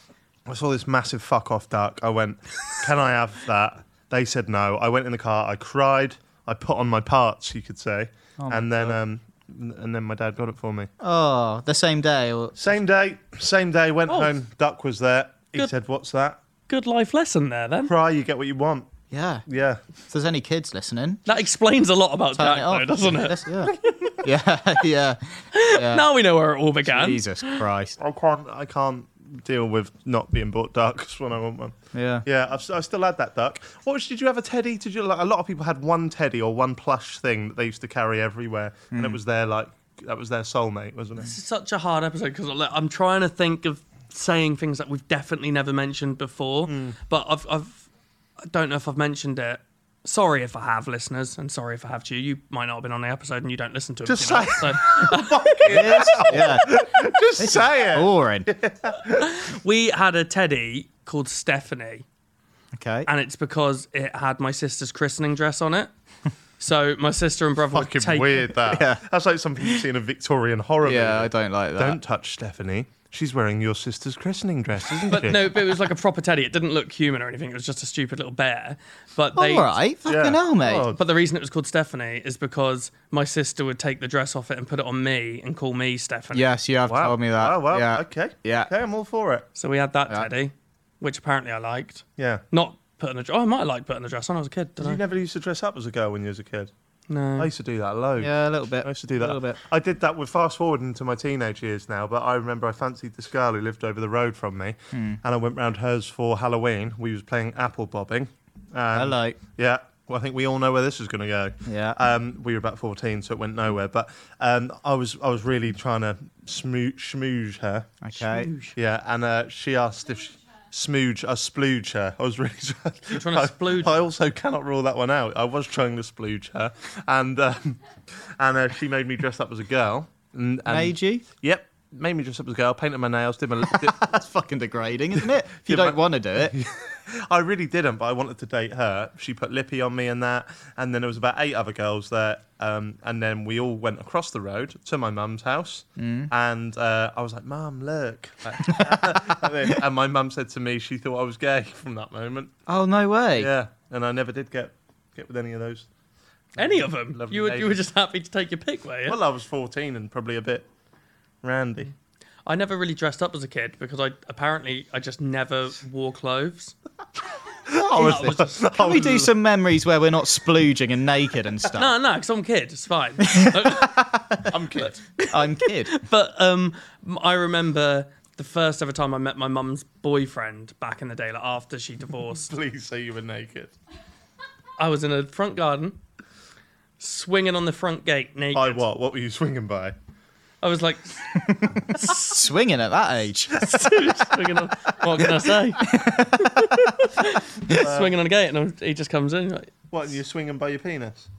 S1: I saw this massive fuck off duck. I went, "Can I have that?" They said no. I went in the car. I cried. I put on my parts, you could say,
S2: Oh
S1: and then um, and then my dad got it for me.
S3: Oh, the same day. Or...
S1: Same day. Same day. Went
S2: Oh.
S1: home. Duck was there. He
S2: Good.
S1: said, "What's that?"
S2: Good life lesson there then.
S1: Cry. You get what you want.
S3: Yeah.
S1: Yeah.
S3: If there's any kids listening,
S2: That explains a lot about Jack,
S3: turn it
S2: though,
S3: off.
S2: doesn't it?
S3: That's- yeah. yeah. Yeah.
S2: Now we know where it all began.
S3: Jesus Christ.
S1: I can't. I can't deal with not being bought ducks when I want one.
S3: Yeah.
S1: Yeah, I've, I still had that duck. What was, did you have a teddy?
S3: Hmm.
S1: Did you like a lot of people had one teddy or one plush thing that they used to carry everywhere, and it was their like that was their soulmate, wasn't it?
S2: such a hard episode because I'm trying to think of saying things that we've definitely never mentioned before,
S1: Hmm.
S2: but I've, I've I don't know if I've mentioned it. Sorry if I have, listeners, and sorry if I have to you. You might not have been on the episode and you don't listen to it.
S1: Just
S2: you know,
S1: say-
S2: so
S3: yeah,
S1: Just say it.
S3: boring.
S2: we had a teddy called Stephanie,
S3: Okay.
S2: and it's because it had my sister's christening dress on it. So my sister and brother would
S1: Fucking
S2: take
S1: weird that. That's like something you see in a Victorian horror
S3: Yeah, I
S1: movie.
S3: don't like that.
S1: Don't touch Stephanie. She's wearing your sister's christening dress, isn't
S2: But
S1: she?
S2: no, but it was like a proper teddy. It didn't look human or anything. It was just a stupid little bear. But they
S3: All right,
S1: Yeah.
S3: fucking hell, mate.
S1: Oh,
S2: But the reason it was called Stephanie is because my sister would take the dress off it and put it on me and call me Stephanie.
S3: Yes, you have
S1: wow.
S3: told me that.
S1: Wow, wow.
S3: Yeah.
S1: Okay.
S3: Yeah.
S1: Okay, I'm all for it.
S2: So we had that teddy, which apparently I liked.
S1: Yeah.
S2: Not putting a dress. Oh, I might have liked putting a dress on. I was a kid. Did
S1: You
S2: I?
S1: never used to dress up as a girl when you was a kid.
S2: No.
S1: I used to do that loads.
S3: Yeah, a little bit.
S1: I used to do that.
S3: A little bit.
S1: I did that with fast forward into my teenage years now, but I remember I fancied this girl who lived over the road from me,
S3: Hmm.
S1: and I went round hers for Halloween. We was playing apple bobbing. and-
S3: Hello.
S1: Yeah. Well, I think we all know where this is going to go.
S3: Yeah.
S1: Um, we were about 14, so it went nowhere. But um, I was I was really trying to smoo- smooge her.
S3: Okay.
S1: Yeah, and uh, she asked if she, smooge, I splooge her. I was really trying,
S2: trying to
S1: I-
S2: splooge
S1: I
S2: her.
S1: also cannot rule that one out. I was trying to splooge her, and um, and uh, she made me dress up as a girl. And, and-
S3: Made you?
S1: Yep, made me dress up as a girl. Painted my nails. Did my. Did,
S3: That's fucking degrading, isn't it? If you
S1: Yeah,
S3: don't
S1: but-
S3: want to do it.
S1: I really didn't, but I wanted to date her. She put lippy on me and that, and then there was about eight other girls there. Um, and then we all went across the road to my mum's house,
S3: Mm.
S1: and uh, I was like, "Mum, look!" and, then- and my mum said to me, she thought I was gay from that moment.
S3: Oh no way.
S1: Yeah, and I never did get get with any of those.
S2: Any of them.
S1: Lovely
S2: You were,
S1: lady.
S2: you were just happy to take your pick, were you?
S1: Well, I was 14 and probably a bit randy.
S2: I never really dressed up as a kid because I apparently I just never wore clothes.
S1: Oh,
S3: What is this? Can we do some memories where we're not splooging and naked and stuff?
S2: No, no, because I'm a kid. It's fine.
S1: I'm kid.
S3: I'm kid.
S2: but um, m- I remember the first ever time I met my mum's boyfriend back in the day, like after she divorced.
S1: Please say you were naked.
S2: I was in a front garden, swinging on the front gate naked.
S1: By what? What were you swinging by?
S2: I was like,
S3: Swinging at that age.
S2: swinging on. What can I say? swinging on a gate, and I'm- he just comes in. Like,
S1: What? You were swinging by your penis?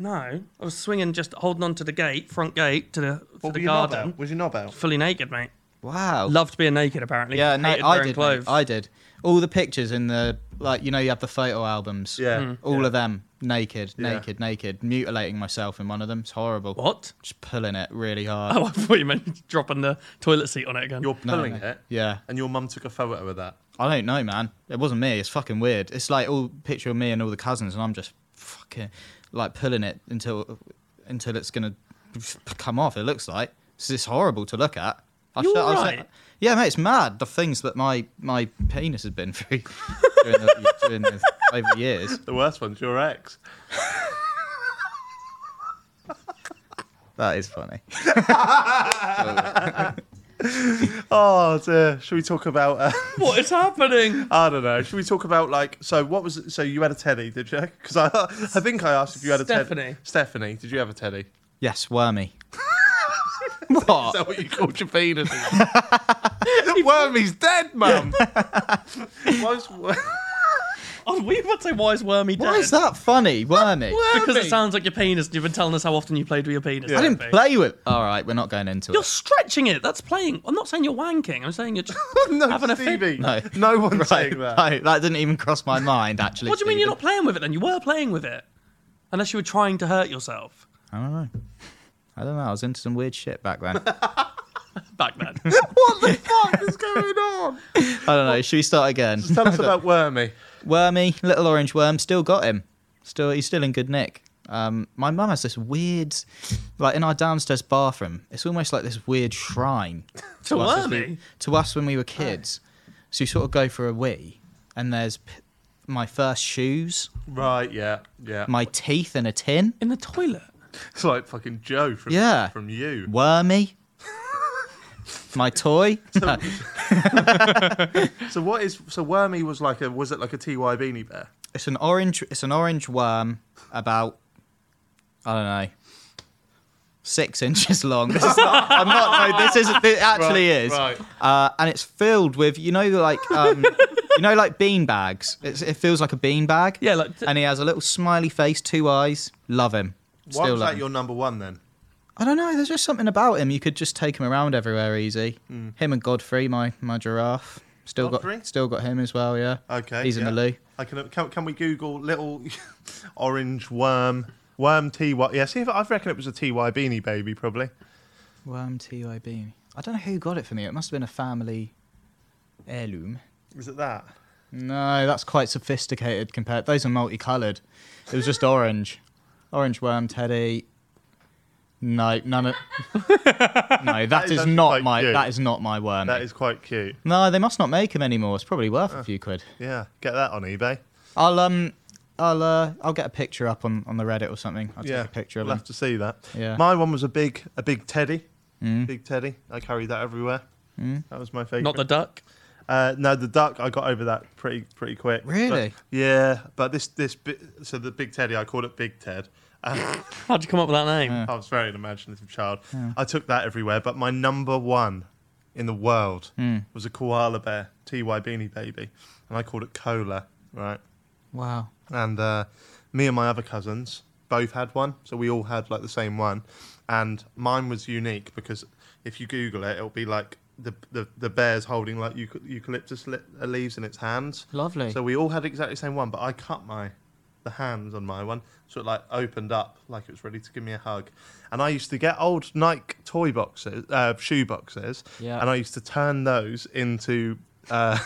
S2: no, I was swinging, just holding on to the gate, front gate to the, to
S1: What were
S2: the
S1: you knob out?
S2: garden,
S1: Was you knob out?
S2: fully naked, mate.
S3: Wow.
S2: Loved being naked, apparently.
S3: Yeah, no,
S2: Hated
S3: I
S2: wearing
S3: did. mate.
S2: Clothes.
S3: I did. All the pictures in the like, you know, you have the photo albums.
S1: Yeah. Mm.
S3: All
S1: Yeah.
S3: of them naked,
S1: Yeah.
S3: naked, naked, mutilating myself in one of them. It's horrible.
S2: What?
S3: Just pulling it really hard.
S2: Oh, I thought you meant dropping the toilet seat on it again.
S1: You're pulling it.
S3: Yeah.
S1: And your mum took a photo of that.
S3: I don't know, man. It wasn't me. It's fucking weird. It's like all picture of me and all the cousins, and I'm just fucking like pulling it until until it's gonna come off. It looks like it's just horrible to look at. I
S2: You
S3: should- I
S2: all
S3: was-
S2: right?
S3: yeah, mate. It's mad the things that my my penis has been through during the, during the, over the years.
S1: The worst one's your ex.
S3: That is funny.
S1: Oh dear. Should we talk about? Uh,
S2: What is happening?
S1: I don't know. Should we talk about like? So what was? So you had a teddy, did you? Because I, I think I asked if you had a
S2: Stephanie.
S1: teddy. Stephanie, did you have a teddy?
S3: Yes, wormy.
S1: Is
S3: what?
S1: that what you called your penis? the wormy's dead, mum. Why's-
S2: Oh, we about to say, why is Wormy dead?
S3: Why is that funny? Wormy.
S2: Because it sounds like your penis. You've been telling us how often you played with your penis.
S3: I didn't
S2: Murphy.
S3: play with. All right, we're not going into
S2: You're
S3: it.
S2: stretching it. That's playing. I'm not saying you're wanking. I'm saying you're just
S1: no,
S2: having a fit.
S1: Stevie.
S3: No.
S1: no one's
S3: Right,
S1: saying that.
S3: right, that didn't even cross my mind. Actually,
S2: What do you mean you're
S3: Stephen.
S2: not playing with it then? You were playing with it. Unless you were trying to hurt yourself
S3: I don't know. I don't know. I was into some weird shit back then. I
S2: back then.
S1: What the fuck is going on?
S3: don't know. Should we start again?
S1: Tell us about wormy.
S3: Wormy, little orange worm, still got him. Still, he's still in good nick. Um, my mum has this weird, like in our downstairs bathroom. It's almost like this weird shrine
S2: to
S3: us as we-
S2: Wormy.
S3: to us when we were kids. So you sort of go for a wee, and there's p- my first shoes,
S1: Right, yeah, yeah.
S3: my teeth in a tin,
S2: In the toilet.
S1: It's like fucking Joe from
S3: Yeah.
S1: from you.
S3: wormy, my toy. No.
S1: So what is so wormy was like a was it like a TY beanie bear?
S3: It's an orange. It's an orange worm about I don't know six inches long. This is not, I'm not. No, this is. It actually
S1: Right,
S3: is.
S1: right.
S3: Uh, and it's filled with you know like um, you know like bean bags. It's, it feels like a bean bag.
S2: Yeah, like-
S3: and he has a little smiley face, two eyes. Love him. Still
S1: Why was
S3: love
S1: that
S3: him.
S1: your number one then?
S3: I don't know. There's just something about him. You could just take him around everywhere easy. Him and Godfrey, my my giraffe. Still
S1: Hmm. Godfrey?
S3: got still got him as well. Yeah.
S1: Okay.
S3: He's in the
S1: yeah.
S3: loo.
S1: I can, can. Can we Google little orange worm worm ty? Yeah. See if I reckon it was a ty beanie baby probably.
S3: Worm TIB. I don't know who got it for me. It must have been a family heirloom.
S1: Is it that?
S3: No, that's quite sophisticated compared. Those are multicolored. It was just orange, orange worm teddy. No, none of. no, that
S1: is
S3: is
S1: actually
S3: not
S1: quite
S3: my.
S1: cute.
S3: That is not my worm.
S1: That is Uh. quite cute.
S3: No, they must not make them anymore. It's probably worth a few quid.
S1: Yeah. Get that on eBay.
S3: I'll um, I'll uh, I'll get a picture up on on the Reddit or something. I'll
S1: yeah.
S3: take a picture of
S1: We'll
S3: them.
S1: have to see that.
S3: Yeah. Mm.
S1: My one was a big a big teddy. Big teddy. I carried that everywhere. That was my favorite.
S2: Not the duck.
S1: Uh, no, the duck. I got over that pretty pretty quick.
S3: Really?
S1: But- yeah, but this this bit. So the big teddy, I called it Big Ted.
S2: How'd you come up with that name?
S1: I was very an imaginative child. I took that everywhere, but my number one in the world was a koala bear, Ty Beanie Baby, and I called it Cola. Right.
S3: Wow.
S1: and uh, me and my other cousins both had one, so we all had like the same one, and mine was unique because if you Google it, it'll be like the the, the bear's holding like euc- eucalyptus li- uh, leaves in its hands.
S3: Lovely.
S1: So we all had exactly the same one, but I cut my the hands on my one, so it like opened up like it was ready to give me a hug. And I used to get old Nike toy boxes, uh, shoe boxes,
S3: Yeah.
S1: and I used to turn those into. Uh,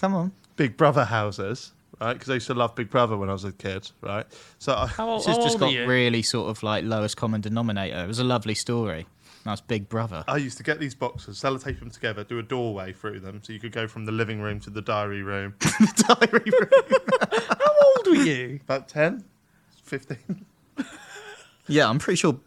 S3: Come on.
S1: Big Brother houses, right? Because I used to love Big Brother when I was a kid, right? So I,
S2: How old,
S3: This has
S2: how
S3: just
S2: old
S3: got
S2: are you?
S3: really sort of like lowest common denominator. It was a lovely story. That's Big Brother.
S1: I used to get these boxes, sellotape them together, do a doorway through them, so you could go from the living room to the diary room. diary room.
S2: How old were you?
S1: About 10, 15.
S3: Yeah, I'm pretty sure.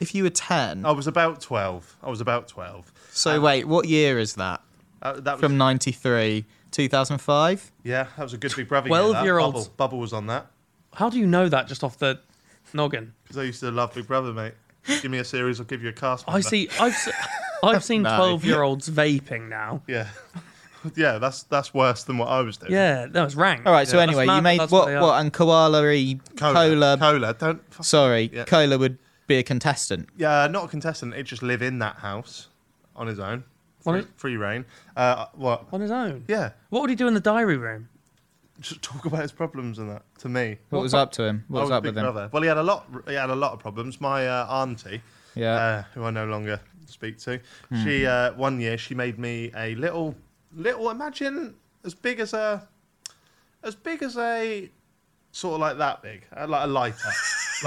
S3: If you were ten,
S1: I was about 12. I was about 12.
S3: So wait, what year is that?
S1: Uh, that was,
S3: From '93, 2005.
S1: yeah, that was a good Big Brother. 12 year old.
S2: 12-year-olds.
S1: Bubble, Bubble was on that
S2: How do you know that just off the noggin?
S1: because I used to love Big Brother, mate. Give me a series, I'll give you a cast.
S2: I
S1: member.
S2: see. I've se- I've seen
S3: No.
S2: twelve year olds vaping now.
S1: Yeah. yeah, that's that's worse than what I was doing.
S2: Yeah, that was rank.
S3: All right. So
S2: Yeah. That's
S3: anyway,
S2: mad
S3: you
S2: that
S3: made
S2: that's
S3: what?
S2: they
S3: What?
S2: are.
S3: and koala-y, cola.
S1: Cola. Cola. Don't. fuck-
S3: sorry,
S1: Yeah.
S3: cola would be a contestant.
S1: Yeah, not a contestant. It just live in that house on his own.
S2: On
S1: free,
S2: his-
S1: free reign. Uh, what?
S2: on his own.
S1: Yeah,
S2: What would he do in the diary room?
S1: just talk about his problems and that to me.
S3: What, was up to him? What
S1: I
S3: was
S1: was
S3: up
S1: Oh, Big
S3: with him?
S1: Brother. Well, he had a lot. He had a lot of problems. My uh, auntie,
S3: Yeah.
S1: uh,
S3: Hmm.
S1: who I no longer speak to, she uh, one year she made me a little, little. Imagine as big as a, as big as a, sort of like that big, uh, like a lighter. Like-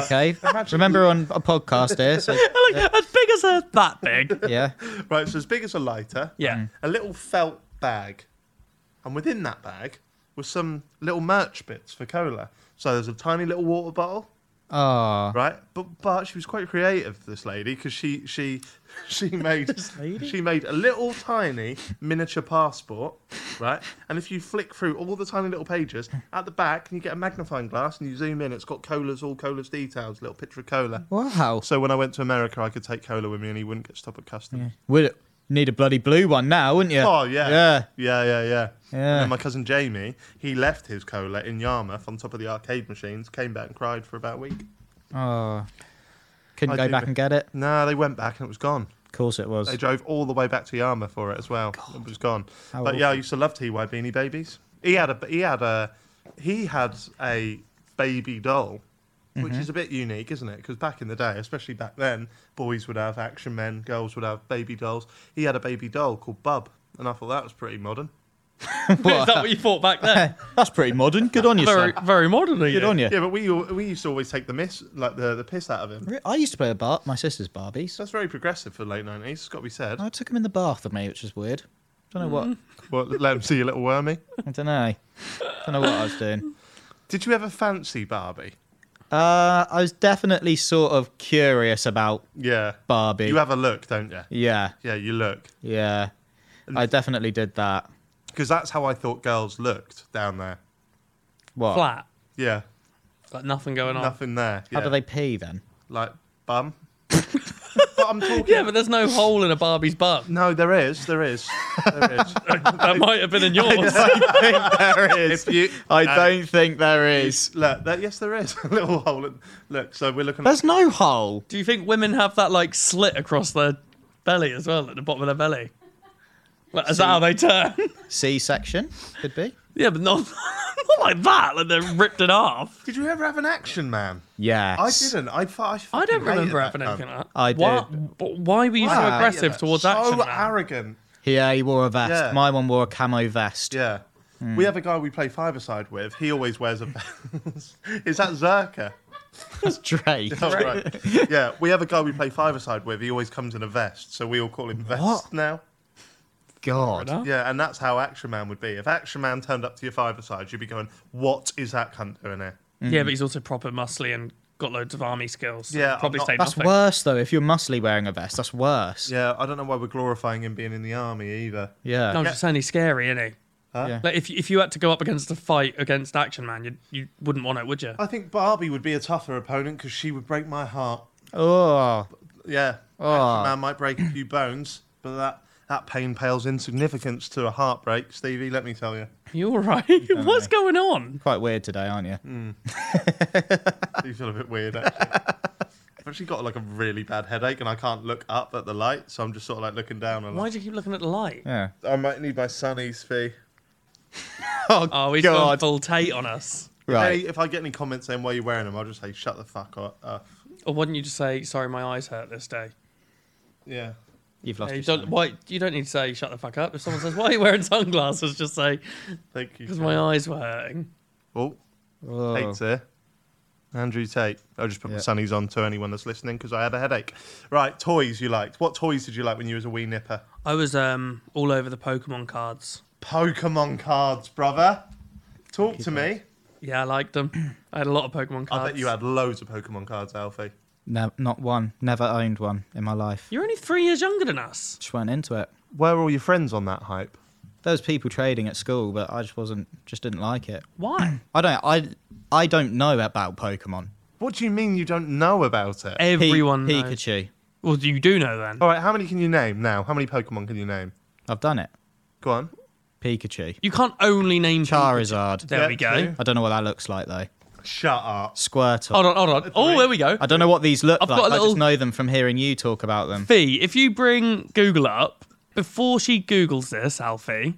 S3: Okay.
S1: Imagine-
S3: Remember on a podcast here. So,
S2: Like, as big as a that big.
S3: yeah.
S1: Right, so as big as a lighter.
S2: Yeah. Mm.
S1: A little felt bag. And within that bag was some little merch bits for cola. So there's a tiny little water bottle,
S3: Ah.
S1: right? But but she was quite creative, this lady, because she she she made
S2: lady?
S1: she made a little tiny miniature passport, right? And if you flick through all the tiny little pages at the back, and you get a magnifying glass and you zoom in, it's got cola's all cola's details, little picture of cola.
S3: Wow.
S1: So when I went to America, I could take cola with me, and he wouldn't get stopped at customs.
S3: Would need a bloody blue one now, wouldn't you?
S1: Oh yeah,
S3: Yeah.
S1: yeah, yeah, yeah.
S3: Yeah.
S1: And then my cousin Jamie, he left his cola in Yarmouth on top of the arcade machines, came back and cried for about a week.
S3: Oh. Couldn't
S1: I
S3: go
S1: do
S3: back
S1: mi-
S3: and get it.
S1: No, they went back and it was gone.
S3: Of course it was.
S1: They drove all the way back to Yarmouth for it as well. It was gone.
S3: How
S1: but yeah, I
S3: awful.
S1: used to love Ty Beanie Babies. He had a he had a he had a baby doll. Which
S3: Mm-hmm.
S1: is a bit unique, isn't it? Because back in the day, especially back then, boys would have action men, girls would have baby dolls. He had a baby doll called Bub, and I thought that was pretty modern.
S2: Is that what you thought back then?
S3: That's pretty modern. Good on you,
S2: very,
S3: son.
S2: very modern. Are you?
S3: Good on you.
S1: Yeah, but we al- we used to always take the miss like the, the piss out of him.
S3: I used to play a bar. My sister's Barbies.
S1: That's very progressive for the late nineties. It's got to be said.
S3: I took him in the bath with me, which is weird. Don't know what.
S1: Well, let him see your little wormy.
S3: I don't know. Don't know what I was doing.
S1: Did you ever fancy Barbie?
S3: Uh, I was definitely sort of curious about.
S1: Yeah,
S3: Barbie.
S1: You have a look, don't you?
S3: Yeah,
S1: Yeah, you look.
S3: yeah. I definitely did that.
S1: Because that's how I thought girls looked down there.
S3: What?
S2: Flat.
S1: Yeah,
S2: Like nothing going on.
S1: nothing there.
S3: Oh. How
S1: Yeah.
S3: do they pee then?
S1: like bum? I'm talking.
S2: Yeah, but there's no hole in a Barbie's butt.
S1: no, there is, there is, there is.
S2: That might have been in yours.
S3: there is.
S1: If you,
S3: I
S1: no,
S3: don't think there is.
S1: Look, there, yes, there is a little hole. In, look, so we're looking.
S3: There's no hole.
S2: Do you think women have that like slit across their belly as well, at the bottom of their belly? Like, is that how they turn?
S3: C-section could be.
S2: yeah, but not, not like that. Like they're ripped it off.
S1: Did you ever have an action man?
S3: Yeah.
S1: I didn't. I, fu- I,
S2: I
S1: fucking
S2: don't
S1: hated
S2: remember
S1: that
S2: having
S1: cunt.
S2: anything like that.
S3: I
S2: Why,
S3: did.
S2: but why were you so
S3: Wow.
S2: aggressive towards
S1: so
S2: action? man?
S1: arrogant.
S3: Yeah, he wore a vest.
S1: Yeah.
S3: My one wore a camo vest.
S1: Yeah. We have a guy we play five aside with. He always wears a vest. Is that Zerka?
S3: That's Drake.
S1: Oh, right. Yeah, we have a guy we play five aside with. He always comes in a vest, so we all call him Vest
S3: What?
S1: now.
S3: God.
S2: enough.
S1: Yeah, and that's how Action Man would be. If Action Man turned up to your five aside, you'd be going, "What is that cunt doing here?"
S2: Yeah, but he's also proper muscly and got loads of army skills. so
S1: Yeah,
S2: he'd probably
S1: I'm not-
S2: say
S3: That's
S2: nothing.
S3: worse though. If you're muscly wearing a vest, that's worse.
S1: Yeah, I don't know why we're glorifying him being in the army either.
S3: Yeah.
S2: No, I'm just saying he's scary, isn't he?
S3: Yeah.
S2: Like if you- if you had to go up against a fight against Action Man, you you wouldn't want it, would you?
S1: I think Barbie would be a tougher opponent because she would break my heart.
S3: Oh.
S1: Yeah, Action Man might break a few bones, but that that pain pales in significance to a heartbreak. Stevie, let me tell you,
S2: You all right? What's going on?
S3: Quite weird today, aren't you?
S1: Mm. you feel a bit weird. Actually. I've actually got like a really bad headache, and I can't look up at the light, so I'm just sort of like looking down. And
S2: Why do you keep looking at the light?
S3: Yeah.
S1: I might need my sunnies fee.
S2: Oh, he's gone
S3: God.
S2: full Tate on us.
S1: Hey, if I get any comments saying why you're wearing them, I'll just say shut the fuck up. Uh,
S2: Or wouldn't you just say, "Sorry, my eyes hurt this day"?
S1: yeah.
S3: You've lost.
S2: Yeah, you
S3: your
S2: don't.
S3: son.
S2: Why you don't need to say, "Shut the fuck up." If someone says, "Why are you wearing sunglasses?" Just say,
S1: Thank you.
S2: "Because my eyes were hurting."
S1: Oh,
S3: Oh.
S1: Tate's here. Andrew Tate. I just put
S3: Yeah.
S1: my sunnies on to anyone that's listening because I had a headache. Right, toys you liked. What toys did you like when you was a wee nipper?
S2: I was um all over the Pokemon cards.
S1: Pokemon cards, brother. Talk to me.
S2: Yeah, I liked them. I had a lot of Pokemon cards.
S1: I bet you had loads of Pokemon cards, Alfie.
S3: No, not one. Never owned one in my life.
S2: You're only three years younger than us.
S3: Just went into it.
S1: Where were all your friends on that hype?
S3: There was people trading at school, but I just wasn't. Just didn't like it.
S2: Why?
S3: I don't. I. I don't know about Pokemon.
S1: What do you mean you don't know about it?
S3: Pi-
S2: Everyone. knows.
S3: Pikachu.
S2: Well, you do know then.
S1: all right, how many can you name now? How many Pokemon can you name?
S3: I've done it.
S1: Go on.
S3: Pikachu.
S2: You can't only name
S3: Charizard.
S2: Pikachu. There
S1: Yeah,
S2: we go.
S1: true.
S3: I don't know what that looks like though.
S1: Shut up.
S3: Squirtle.
S2: Hold on, hold on. Oh, there we go.
S3: I don't know what these look
S2: I've
S3: like.
S2: got a
S3: I
S2: little-
S3: just know them from hearing you talk about them.
S2: Fee, if you bring Google up, before she Googles this, Alfie,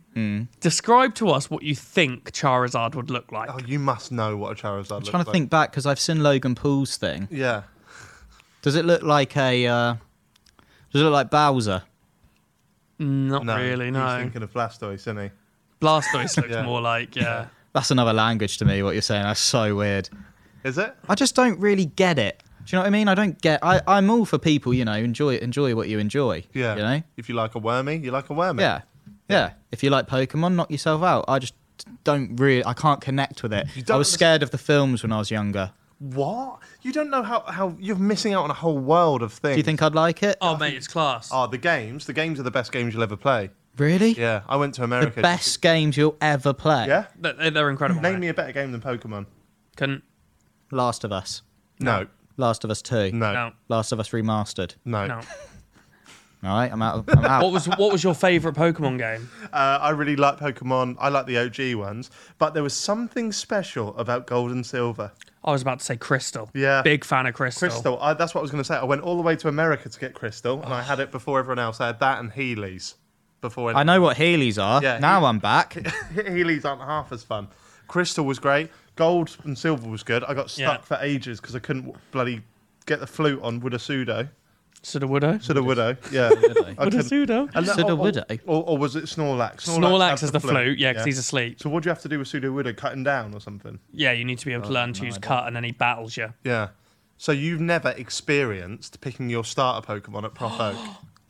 S2: describe to us what you think Charizard would look like.
S1: Oh, you must know what a Charizard looks
S3: I'm trying to
S1: like.
S3: think back because I've seen Logan Paul's thing.
S1: Yeah.
S3: Does it look like a? Uh, does it look like Bowser?
S2: Not
S1: No,
S2: really,
S1: He's
S2: no.
S1: thinking of Blastoise, isn't he?
S2: Blastoise looks
S1: Yeah.
S2: more like, yeah.
S3: That's another language to me. What you're saying? That's so weird.
S1: Is it?
S3: I just don't really get it. Do you know what I mean? I don't get. I, I'm all for people. You know, enjoy enjoy what you enjoy.
S1: Yeah.
S3: You know.
S1: If you like a wormy, you like a wormy.
S3: Yeah. Yeah. If you like Pokemon, knock yourself out. I just don't really. I can't connect with it.
S1: don't
S3: I
S1: understand-
S3: was scared of the films when I was younger.
S1: What? You don't know how, how you're missing out on a whole world of things.
S3: Do you think I'd like it?
S2: Oh, mate, it's class.
S1: Oh, the games. The games are the best games you'll ever play.
S3: really?
S1: Yeah, I went to
S3: The
S1: America.
S3: best games you'll ever play.
S1: Yeah.
S2: They're, they're incredible.
S1: Name
S2: mate.
S1: me a better game than Pokemon.
S2: Couldn't.
S3: Last of Us.
S1: No.
S3: Last of Us Two.
S1: No.
S2: No,
S1: No.
S3: Last of Us Remastered.
S1: No.
S2: no.
S3: All right. I'm out. Of, I'm out.
S2: What was what was your favourite Pokemon game?
S1: Uh, I really like Pokemon. I like the OG ones, but there was something special about Gold and Silver.
S2: I was about to say Crystal.
S1: Yeah.
S2: Big fan of Crystal.
S1: Crystal. I, that's what I was going to say. I went all the way to America to get Crystal, and I had it before everyone else. I had that and Heelys before.
S3: I know what Heelys are.
S1: Yeah,
S3: now
S1: he-
S3: I'm back.
S1: Heelys aren't half as fun. Crystal was great. Gold and silver was good. I got stuck for
S2: Yeah.
S1: ages because I couldn't w- bloody get the flute on Woulda Sudo.
S2: Sudowoodo.
S1: Suda Widow. Yeah. I couldn't-
S2: Sudowoodo.
S1: and that-
S3: Suda
S1: or- or-
S3: Widow?
S1: Or, or was it Snorlax?
S2: Snorlax
S1: had
S2: is the flute, yeah, 'cause he's asleep.
S1: So what do you have to do with Sudo Widow? Cut him down or something?
S2: Yeah, you need to
S1: Oh,
S2: be able to learn to use cut, and then he battles you.
S1: Yeah. So you've never experienced picking your starter Pokemon at Prof Oak.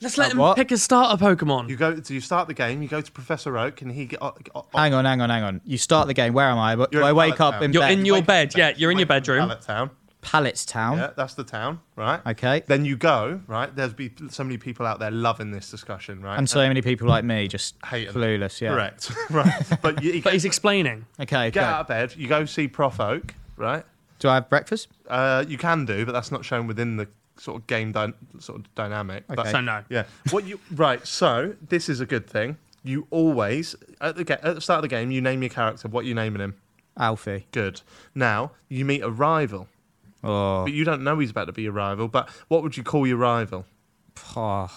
S2: Let's let
S3: Uh,
S2: him
S3: what?
S2: pick his starter Pokemon.
S1: You go, so you start the game. You go to Professor Oak, and he get. uh, o- o- o-
S3: Hang on, hang on, hang on. You start the game. Where am I?
S1: You're in
S3: I wake
S1: Pallet
S3: up
S1: Town.
S3: in
S2: You're
S3: bed.
S2: in your
S1: Wake-
S2: bed. Yeah, you're in your
S1: Wake up
S2: bedroom.
S1: Pallet Town.
S3: Pallets Town.
S1: Yeah, that's the town, right?
S3: Okay.
S1: Then you go, right? There's be so many people out there loving this discussion, right?
S3: And so many people like me just
S1: Hate 'em.
S3: clueless. Yeah.
S1: correct, right? But you, you
S2: But
S1: get,
S2: he's explaining.
S3: Okay.
S1: get
S3: okay.
S1: out of bed. You go see Prof Oak, right?
S3: Do I have breakfast?
S1: Uh, you can do, but that's not shown within the sort of game dy- sort of dynamic. That's-
S2: So no.
S1: Yeah. What you right? So this is a good thing. You always at the ga- at the start of the game you name your character. What you naming him?
S3: Alfie.
S1: Good. Now you meet a rival,
S3: Oh,
S1: but you don't know he's about to be your rival. But what would you call your rival?
S3: don't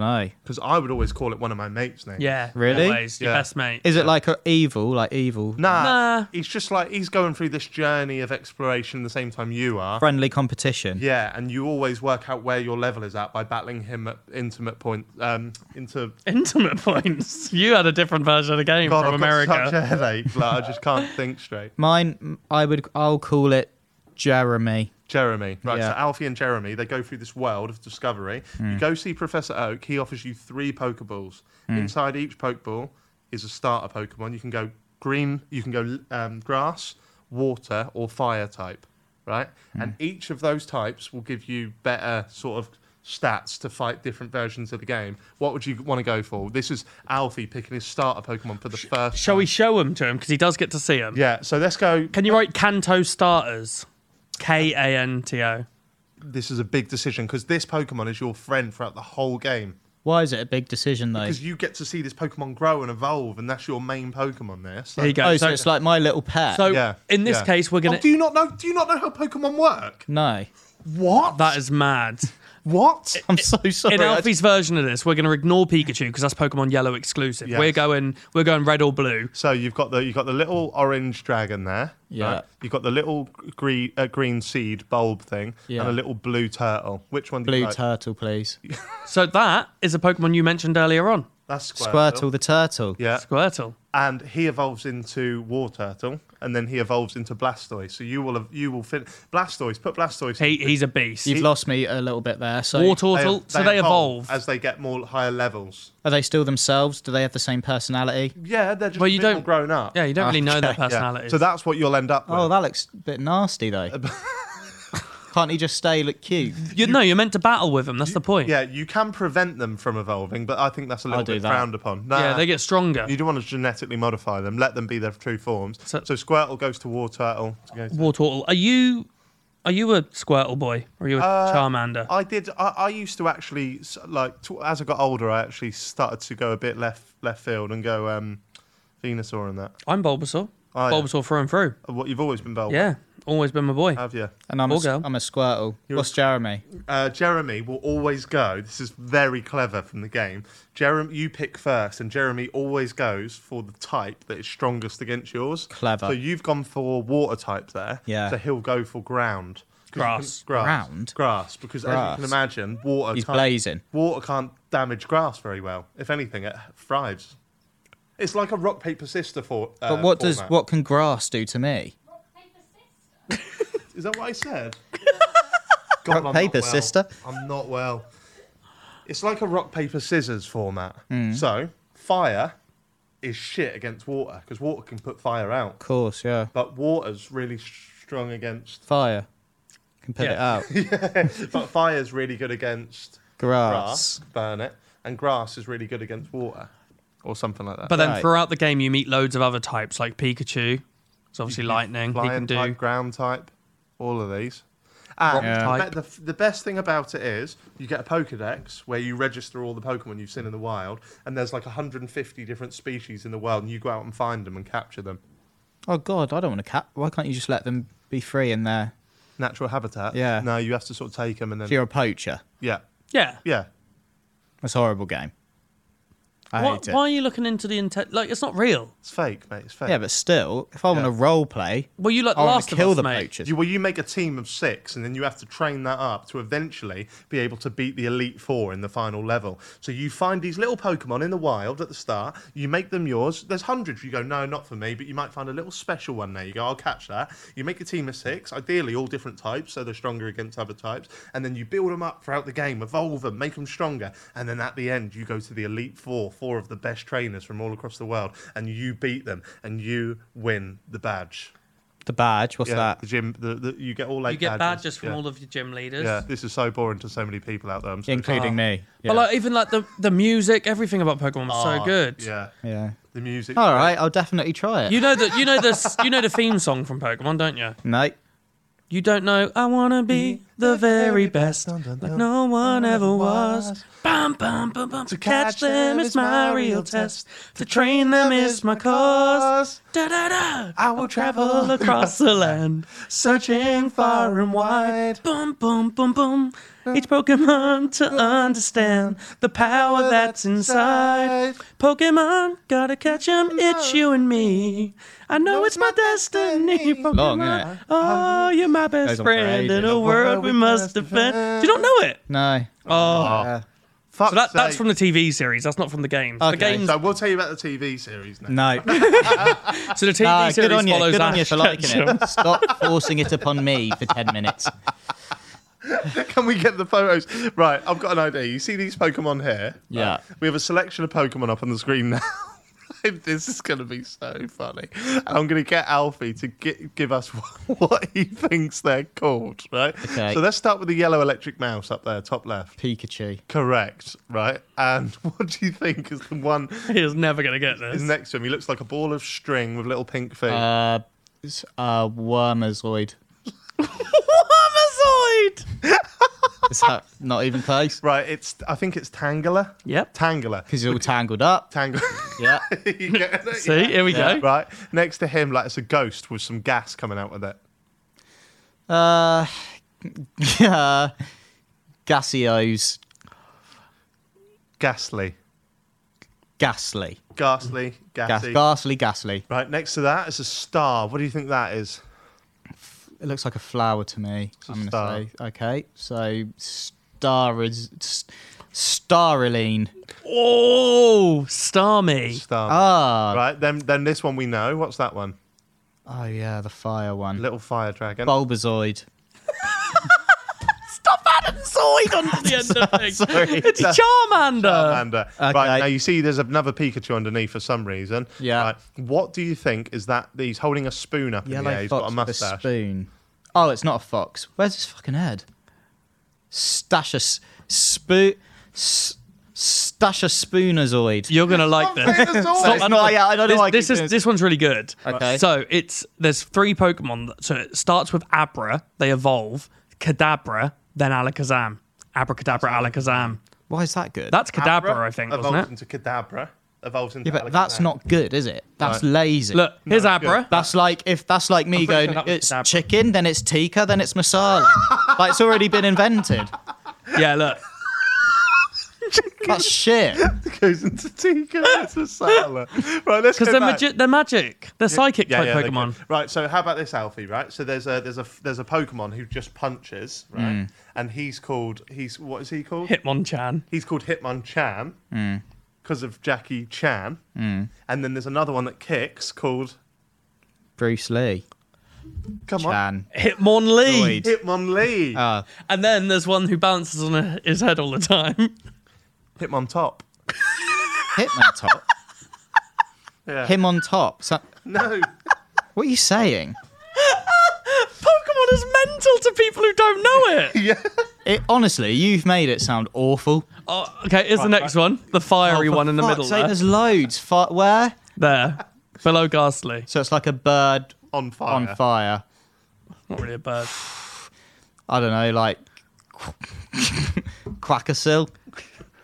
S3: know.
S1: Because I would always call it one of my mates' names.
S2: Yeah.
S3: Really?
S2: Always. Your
S1: Yeah.
S2: best mate.
S3: Is it like a evil, like evil,
S1: Nah,
S2: Nah.
S1: He's just like he's going through this journey of exploration the same time you are.
S3: friendly competition?
S1: Yeah, and you always work out where your level is at by battling him at intimate point. Um, into
S2: Intimate points. You had a different version of the game
S1: God,
S2: from
S1: I've
S2: America.
S1: got such a headache. Like, I just can't think straight.
S3: Mine, m- I would, I'll call it Jeremy.
S1: Jeremy. Right, so
S3: Yeah.
S1: Alfie and Jeremy, they go through this world of discovery. You
S2: Mm.
S1: go see Professor Oak, he offers you three Pokeballs. Inside each Pokeball is a starter Pokemon. You can go green, you can go um, grass, water, or fire type, right?
S2: Mm.
S1: And each of those types will give you better sort of stats to fight different versions of the game. What would you want to go for? This is Alfie picking his starter Pokemon for the first
S2: Shall we
S1: time.
S2: show him to him? Because he does get to see him.
S1: Yeah, so let's go.
S2: Can you write Kanto starters? K A N T O.
S1: This is a big decision because this Pokemon is your friend throughout the whole game.
S3: Why is it a big decision though?
S1: because you get to see this Pokemon grow and evolve, and that's your main Pokemon there. So,
S2: Here you go.
S3: oh, so,
S2: so
S3: it's like my little pet.
S2: so
S1: yeah,
S2: in this
S1: yeah.
S2: case,
S1: Oh,
S2: we're gonna.
S1: do you not know? Do you not know how Pokemon work?
S3: no,
S1: What?
S2: that is mad.
S1: what?
S3: I'm so sorry.
S2: in
S3: I-
S2: Alfie's version of this, we're going to ignore Pikachu because that's Pokemon Yellow exclusive.
S1: Yes.
S2: We're going, we're going red or blue.
S1: So you've got the you've got the little orange dragon there.
S3: Yeah.
S1: You've got the little green uh, green seed bulb thing
S3: Yeah.
S1: and a little blue turtle. Which one? Do you
S3: blue
S1: like?
S3: turtle, please.
S2: So that is a Pokemon you mentioned earlier on,
S1: That's Squirtle.
S3: Squirtle the turtle.
S1: Yeah.
S2: Squirtle.
S1: and he evolves into War Turtle, and then he evolves into Blastoise. So you will have, you will fin- Blastoise. Put Blastoise.
S2: He, he's a beast.
S3: You've lost me a little bit there. So
S2: War Turtle. so they evolve.
S1: as they get more higher levels.
S3: are they still themselves? Do they have the same personality?
S1: Yeah, they're just
S2: Well,
S1: well,
S2: you
S1: you do
S2: don't-
S1: grown up.
S2: yeah, you don't really know their
S3: Okay, yeah.
S2: personalities.
S1: So that's what you'll end up with.
S3: Oh, that looks a bit nasty though. Can't he just stay look cute?
S2: you, no, you're meant to battle with them. That's the point.
S1: yeah, you can prevent them from evolving, but I think that's a little
S3: I'll do
S1: bit
S3: that.
S1: frowned upon. Nah,
S2: Yeah, they get stronger.
S1: uh, You don't want to genetically modify them. Let them be their true forms. So,
S2: So-
S1: Squirtle goes to War Turtle. To go to-
S2: War Turtle. Are you, are you a Squirtle boy or are you a Charmander?
S1: I did. I, I used to actually s- like t- as I got older, I actually started to go a bit left left field and go um, Venusaur and that.
S2: I'm Bulbasaur.
S1: Oh, Uh, yeah.
S2: Bulbasaur through and through.
S1: What you've always been Bulb,
S2: Yeah, always been my boy.
S1: have you?
S3: And I'm
S2: Or
S3: a, s-
S2: girl.
S3: I'm a Squirtle. What's Jeremy?
S1: uh, Jeremy will always go. This is very clever from the game. Jeremy, you pick first, and Jeremy always goes for the type that is strongest against yours.
S3: Clever.
S1: So you've gone for water type there.
S3: Yeah.
S1: So he'll go for ground. 'Cause you
S2: Grass.
S1: can- grass.
S3: Ground?
S1: Grass. Because as you
S3: Grass.
S1: can imagine, water.
S3: He's
S1: can't-
S3: blazing.
S1: Water can't damage grass very well. If anything, it thrives. It's like a rock paper sister for. Uh,
S3: But what does
S1: format.
S3: what can grass do to me?
S6: Rock, paper, scissors.
S1: is that? What I said. God,
S3: Rock
S1: I'm not
S3: paper,
S1: well.
S3: sister.
S1: I'm not well. It's like a rock, paper, scissors format.
S3: Hmm.
S1: So, fire is shit against water because water can put fire out.
S3: Of course, yeah.
S1: But water's really strong against.
S3: Fire. Can put
S2: Yeah.
S3: it out.
S1: But fire's really good against
S3: Grass.
S1: grass, burn it. And grass is really good against water or something like that.
S2: But then
S3: Right.
S2: throughout the game, you meet loads of other types like Pikachu. It's obviously
S3: Mm-hmm.
S2: lightning. He can
S1: Flying
S2: do.
S1: type, ground type, all of these. And
S2: type.
S1: the, the best thing about it is you get a Pokedex where you register all the Pokemon you've seen in the wild, and there's like 150 different species in the world, and you go out and find them and capture them.
S3: Oh God, I don't want to cap. Why can't you just let them be free in their?
S1: Natural habitat.
S3: Yeah.
S1: No, you have to sort of take them and then.
S3: If you're a poacher,
S1: Yeah.
S2: Yeah.
S1: Yeah.
S3: that's a horrible game. I
S2: Why,
S3: hate it.
S2: why are you looking into the intent? Like, it's not real.
S1: It's fake, mate. It's fake.
S3: Yeah, but still, if I want to
S1: Yeah.
S3: role play,
S2: Well, you like The
S3: I want
S2: Last
S3: to
S2: of
S3: kill
S2: Us,
S3: the
S2: mate.
S3: poachers.
S1: You, well, you make a team of six, and then you have to train that up to eventually be able to beat the elite four in the final level. So you find these little Pokemon in the wild at the start. You make them yours. There's hundreds. You go, no, not for me. But you might find a little special one there. You go, I'll catch that. You make a team of six, ideally all different types, so they're stronger against other types. And then you build them up throughout the game, evolve them, make them stronger. And then at the end, you go to the elite four, four of the best trainers from all across the world, and you beat them, and you win the badge.
S3: the badge. What's
S1: Yeah,
S3: that?
S1: the gym. The, the, you get all eight.
S2: You get
S1: badges,
S2: badges from
S1: yeah.
S2: all of your gym leaders.
S1: Yeah, this is so boring to so many people out there. I'm so
S3: Including me. Yeah.
S2: But like even like the, the music, everything about Pokemon was so
S1: Oh,
S2: good.
S1: Yeah,
S3: yeah.
S1: the music.
S3: All right, I'll definitely try it.
S2: You know that you know the you know the theme song from Pokemon, don't you?
S3: no,
S2: You don't know I wanna be the very best, like no one ever was. Bum, bum, bum, bum. To catch them is my real test. To train them is my cause. Da da da. I will travel across the land, searching far and wide. Boom, boom, boom, boom. Each Pokemon to understand the power that's inside. Pokemon, gotta catch 'em, it's you and me. I know it's my destiny. Pokemon,
S3: Long, Uh-huh. innit?
S2: oh, you're my best
S3: Goes on
S2: friend
S3: forever.
S2: in a world we must defend. Do you not know it?
S3: No.
S2: Oh,
S3: Uh,
S1: Fuck's
S2: so that, that's
S1: sake.
S2: from the TV series. That's not from the games. The
S3: Okay.
S2: games.
S1: So we'll tell you about the TV series now.
S3: no.
S2: So the TV
S3: Ah,
S2: series
S3: good on you.
S2: follows
S3: Good on
S2: Ash
S3: you for liking
S2: Ketchum.
S3: it. Stop forcing it upon me for 10 minutes.
S1: Can we get the photos? Right, I've got an idea. You see these Pokemon here?
S3: Yeah.
S1: Right, We have a selection of Pokemon up on the screen now. this is going to be so funny. And I'm going to get Alfie to gi- give us what he thinks they're called, right?
S3: Okay.
S1: So let's start with the yellow electric mouse up there, top left.
S3: Pikachu.
S1: Correct, right? And what do you think is the one
S2: He is never going to get this.
S1: is next to him? He looks like a ball of string with little pink feet.
S3: Uh, s- uh, Wormazoid.
S2: Wormazoid!
S3: Is that not even close?
S1: right, it's I think it's Tangela.
S2: Yep.
S1: Tangela.
S3: Because you're all tangled up.
S1: Tangela.
S3: Yeah.
S1: You get it?
S2: See, here we go.
S1: right? Next to him, like it's a ghost with some gas coming out with it.
S3: Uh, yeah. Gassios.
S1: Ghastly.
S3: Ghastly.
S1: Ghastly.
S3: Gas-
S1: Gassy.
S3: ghastly, ghastly.
S1: right, next to that is a star. What do you think that is?
S3: It looks like a flower to me.
S1: a
S3: I'm
S1: star.
S3: going to say. Okay. So, star is. st- Starling.
S2: Oh, Starmie.
S1: Star.
S3: Ah.
S1: Right, then then this one we know. What's that one?
S3: Oh, yeah. The fire one.
S1: Little fire dragon.
S3: Bulbazoid.
S2: Stop Adamzoid on the end of things. It's Charmander.
S1: And, uh, Right
S3: Okay.
S1: now, you see there's another Pikachu underneath for some reason.
S3: Yeah.
S1: Right, what do you think is that? He's holding a spoon up in the air.
S3: Yellow
S1: He's
S3: fox
S1: got a
S3: with a
S1: mustache.
S3: spoon. Oh, it's not a fox. Where's his fucking head? Stash a s- spoon. S- stash a spoonazoid.
S2: You're gonna like this.
S1: Venusaur.
S3: It's not- yeah, I don't know
S2: this,
S3: why I
S2: this
S3: keep
S2: is
S3: doing this.
S2: this one's really good.
S3: Okay.
S2: So it's there's three Pokemon. that- So it starts with Abra. They evolve. Kadabra, then Alakazam. Abracadabra, Alakazam.
S3: Why is that good?
S2: That's Kadabra,
S1: Abra
S2: I think,
S1: evolves
S2: wasn't it?
S1: into Kadabra. Evolves into
S3: yeah, but that's
S1: Alakazam.
S3: not good, is it? That's lazy.
S2: Look, here's Abra.
S3: That's like if that's like
S2: pretty
S3: me going,
S2: sure that was
S3: it's
S2: Kadabra.
S3: chicken, then it's tikka, then it's masala. like it's already been invented.
S2: Yeah, look.
S3: That's shit.
S1: goes into Tika. It's a sailor. Right, let's go
S2: Because they're,
S1: back.
S2: magi- they're magic. They're psychic type
S1: they
S2: Pokemon.
S1: could. Right. So how about this, Alfie? Right. So there's a there's a there's a Pokemon who just punches,
S3: Hmm.
S1: right? And he's called he's what is he called?
S2: Hitmonchan.
S1: He's called Hitmonchan
S3: Hmm.
S1: because of Jackie Chan. And then there's another one that kicks called
S3: Bruce Lee.
S1: come on
S3: Chan.
S2: Hitmonlee.
S3: Zoid.
S1: Hitmonlee,
S3: Ah,
S2: And then there's one who bounces on a- his head all the time.
S1: Hitmontop. Hitmon top.
S3: Hitman top.
S1: Yeah.
S3: Him on top. So,
S1: no.
S3: what are you saying?
S2: Pokemon is mental to people who don't know it.
S3: It, honestly, you've made it sound awful.
S2: Oh, okay, here's the next one. The fiery
S3: Oh, for
S2: one in the
S3: fuck's
S2: middle
S3: sake,
S2: there.
S3: there's loads. Fi where?
S2: There. Below Ghastly.
S3: So it's like a bird
S1: On
S2: Oh,
S1: fire.
S3: on fire.
S2: Not really a bird.
S3: I don't know, like Quackersil.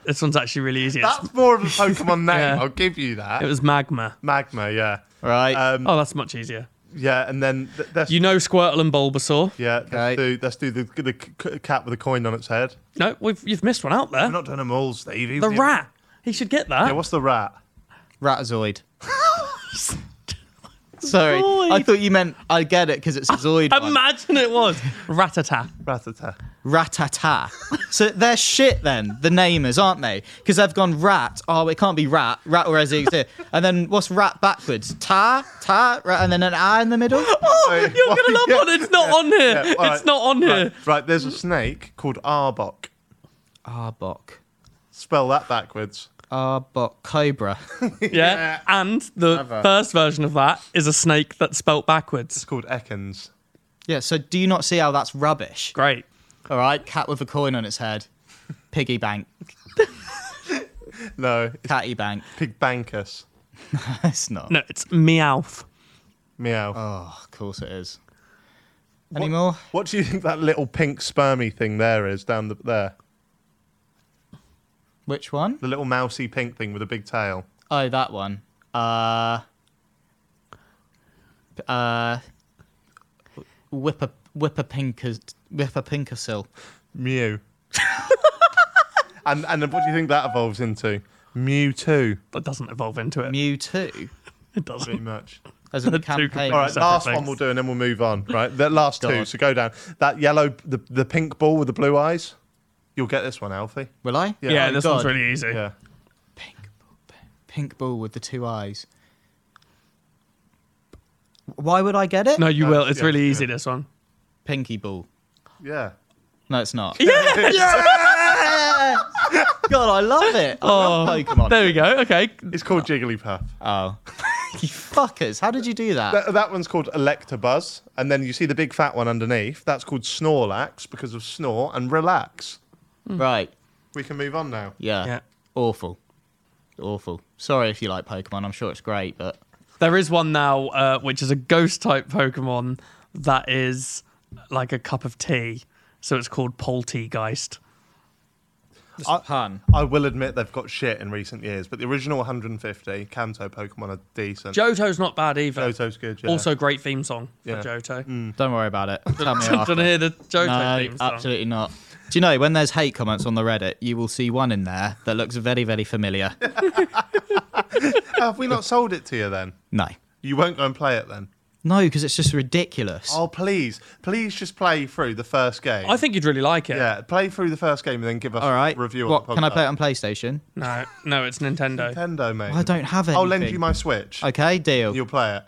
S2: This one's actually really easy. It's-
S1: That's more of a Pokemon name.
S2: Yeah.
S1: I'll give you that.
S2: It was Magma.
S1: Magma. Yeah.
S3: Right.
S1: Um,
S2: Oh, that's much easier.
S1: Yeah. And then th- that's.
S2: You know Squirtle and Bulbasaur.
S1: yeah,
S3: Okay.
S1: let's do, let's do the, the c- c- cat with a coin on its head.
S2: No, we've, you've missed one out there.
S1: I'm not doing them all, Stevie.
S2: The rat. He should get that.
S1: Yeah, what's the rat?
S3: Ratazoid. Sorry, I
S2: Zoid.
S3: thought you meant I get it because it's a Zoid. one.
S2: Imagine it was. Ratata.
S1: Ratata.
S3: Ratata. So they're shit then, the namers, aren't they? Because they've gone rat. Oh, it can't be rat. Rat or as it exists. And then what's rat backwards? Ta, ta, rat, and then an ah in the middle?
S2: Oh, you're going to love
S1: yeah,
S2: one. It's not on here.
S1: Yeah, all
S2: It's
S1: right.
S2: not on here.
S1: Right, right, there's a snake called Arbok.
S3: Arbok.
S1: Spell that backwards.
S3: Arbok. Cobra.
S2: Yeah. And the first version of that is a snake that's spelt backwards.
S1: It's called Ekans.
S3: Yeah, so do you not see how that's rubbish?
S2: Great.
S3: All right, cat with a coin on its head. Piggy bank.
S1: No, it's
S3: Catty bank.
S1: Pigbankus.
S3: It's not.
S2: No, it's Meowth.
S1: Meow.
S3: Oh, of course it is. anymore.
S1: What do you think that little pink spermy thing there is down the, there?
S3: Which one?
S1: The little mousy pink thing with a big tail.
S3: Oh, that one. Uh, p- uh, whip a whip a pinkers whip a pinkersill.
S1: Mew. and and then what do you think that evolves into? Mew two.
S2: That doesn't evolve into it.
S3: Mew two.
S2: It
S1: Pretty
S2: doesn't.
S1: much.
S3: As in the
S2: Two
S3: campaign.
S2: completely
S1: All right,
S2: separate
S1: last
S2: things.
S1: one we'll do, and then we'll move on. Right, the last two.
S3: God.
S1: So go down that yellow, the the pink ball with the blue eyes. You'll get this one, Alfie.
S3: Will I?
S2: Yeah,
S1: Oh,
S2: this
S3: God.
S2: one's really easy.
S1: Yeah.
S3: Pink ball, p- pink ball with the two eyes. Why would I get it?
S2: No, you will. It's
S1: Uh, yeah,
S2: really
S1: yeah.
S2: easy. This one.
S3: Pinky ball.
S1: Yeah.
S3: No, it's not. God, I love it. I love
S2: Oh.
S3: Pokemon.
S2: There we go. Okay.
S1: It's called Jigglypuff.
S3: Oh, you fuckers! How did you do that?
S1: That, that one's called Electabuzz, and then you see the big fat one underneath. That's called Snorlax because of snore and relax.
S3: Right.
S1: We can move on now.
S3: Yeah.
S2: Yeah.
S3: Awful. Awful. Sorry if you like Pokemon. I'm sure it's great, but
S2: There is one now, uh, which is a ghost type Pokemon that is like a cup of tea. So it's called Poltegeist.
S1: I-
S3: pun.
S1: I will admit they've got shit in recent years, but the original 150 Kanto Pokemon are decent.
S2: Johto's not bad either.
S1: Johto's good, yeah.
S2: Also, great theme song for
S1: Yeah. Mm.
S2: Johto.
S3: Don't worry about it. Tell me
S2: Do you want to
S3: after.
S2: hear the Johto
S3: No,
S2: theme song?
S3: absolutely not. Do you know when there's hate comments on the Reddit, you will see one in there that looks very, very familiar.
S1: Have we not sold it to you then?
S3: No,
S1: You won't go and play it then?
S3: no, because it's just ridiculous.
S1: Oh, please. Please just play through the first game.
S2: I think you'd really like it.
S1: yeah, play through the first game and then give us
S3: All right.
S1: a review
S3: what
S1: on the
S3: can I
S1: podcast.
S3: play it on PlayStation?
S2: No, no, it's Nintendo.
S1: Nintendo, mate.
S3: I don't have
S1: I'll lend
S3: anything.
S1: you my Switch.
S3: Okay, deal.
S1: You'll play it.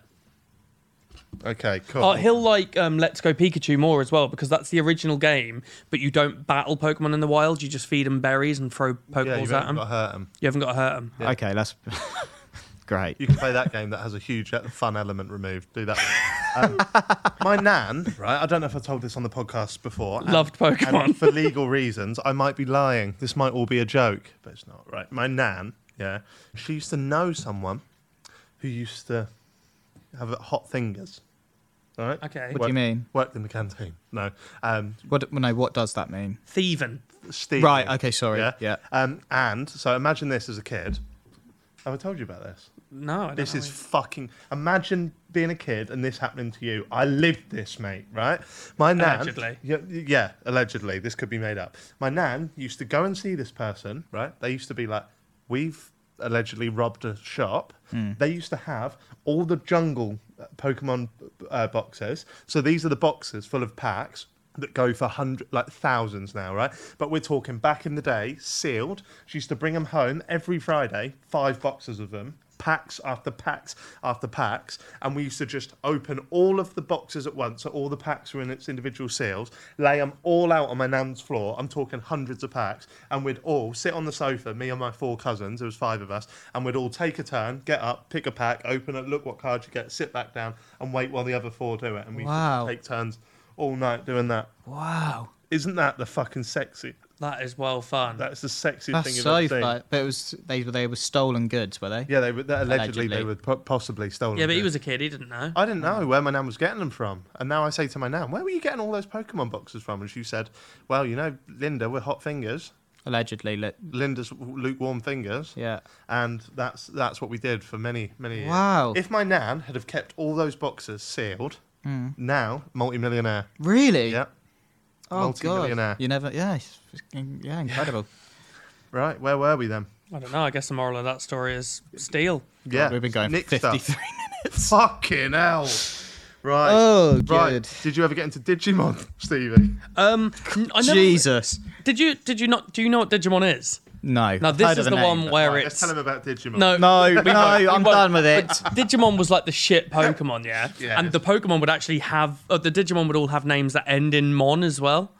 S1: Okay, cool.
S2: Oh, he'll like um, Let's Go Pikachu more as well because that's the original game, but you don't battle Pokemon in the wild. You just feed them berries and throw
S1: yeah,
S2: Pokeballs
S1: you've
S2: at them.
S1: got to hurt 'em.
S2: You haven't got to hurt them.
S3: Okay, that's great.
S1: You can play that game that has a huge e, fun element removed. Do that. Um, my nan, right? I don't know if I told this on the podcast before. and-
S2: Loved Pokemon.
S1: And for legal reasons, I might be lying. This might all be a joke, but it's not, right? My nan, yeah, she used to know someone who used to have hot fingers. All right.
S2: Okay.
S3: What do you mean?
S1: Worked in the canteen. No. Um,
S3: What? No, what does that mean?
S2: Thieving.
S1: Steve.
S3: Right, okay, sorry, yeah.
S1: Um, and so imagine this as a kid. Have I told you about this?
S2: No, I don't
S1: This
S2: know.
S1: is fucking. Imagine being a kid and this happening to you. I lived this, mate. Right? My nan.
S2: Allegedly.
S1: Yeah, yeah, allegedly. This could be made up. My nan used to go and see this person. Right? They used to be like, we've allegedly robbed a shop. They used to have all the jungle uh, Pokemon uh, boxes. So these are the boxes full of packs that go for hundred like thousands now right but we're talking back in the day sealed she used to bring them home every friday five boxes of them packs after packs after packs and we used to just open all of the boxes at once so all the packs were in its individual seals lay them all out on my nan's floor i'm talking hundreds of packs and we'd all sit on the sofa me and my four cousins there was five of us and we'd all take a turn get up pick a pack open it look what card you get sit back down and wait while the other four do it and we used to
S3: Wow.
S1: take turns all night doing that
S3: Wow,
S1: isn't that the fucking sexy
S2: That is well fun.
S1: that's the sexiest thing
S3: that's
S1: you've
S3: so
S1: ever seen
S3: fun. But it was they were they were stolen goods, were they?
S1: yeah they were that allegedly,
S3: Allegedly.
S1: they were po- possibly stolen
S2: yeah, but he
S1: goods.
S2: was a kid. He didn't know.
S1: I didn't
S3: Mm.
S1: know where my nan was getting them from. And now I say to my nan, where were you getting all those Pokemon boxes from? And she said, well, you know, Linda, we're hot fingers.
S3: Allegedly, li-
S1: Linda's lukewarm fingers.
S3: yeah.
S1: And that's that's what we did for many, many years.
S3: Wow.
S1: If my nan had have kept all those boxes sealed,
S3: Mm.
S1: now multimillionaire.
S3: Really?
S1: Yeah.
S3: Oh
S1: Multi-millionaire.
S3: god. You never. Yeah. it's- it's- Yeah. Incredible.
S1: Right, where were we then?
S2: I don't know. I guess the moral of that story is steal.
S1: Yeah.
S3: We've been going
S1: Nick
S3: for
S1: stuff.
S3: 53 minutes.
S1: Fucking hell. Right.
S3: Oh,
S1: right.
S3: good.
S1: Did you ever get into Digimon, Stevie?
S2: Um, I never,
S3: Jesus.
S2: Did you? Did you not? Do you know what Digimon is?
S3: No.
S2: Now
S3: I've heard
S2: this
S3: of
S2: is the
S3: name,
S2: one
S3: but-
S2: where
S1: Right, let's
S2: it's
S1: tell him about Digimon.
S2: no,
S3: No, no, I'm
S2: won't.
S3: done with it.
S2: Digimon was like the shit Pokemon, yeah.
S1: Yeah.
S2: And the Pokemon would actually have uh, the Digimon would all have names that end in mon as well,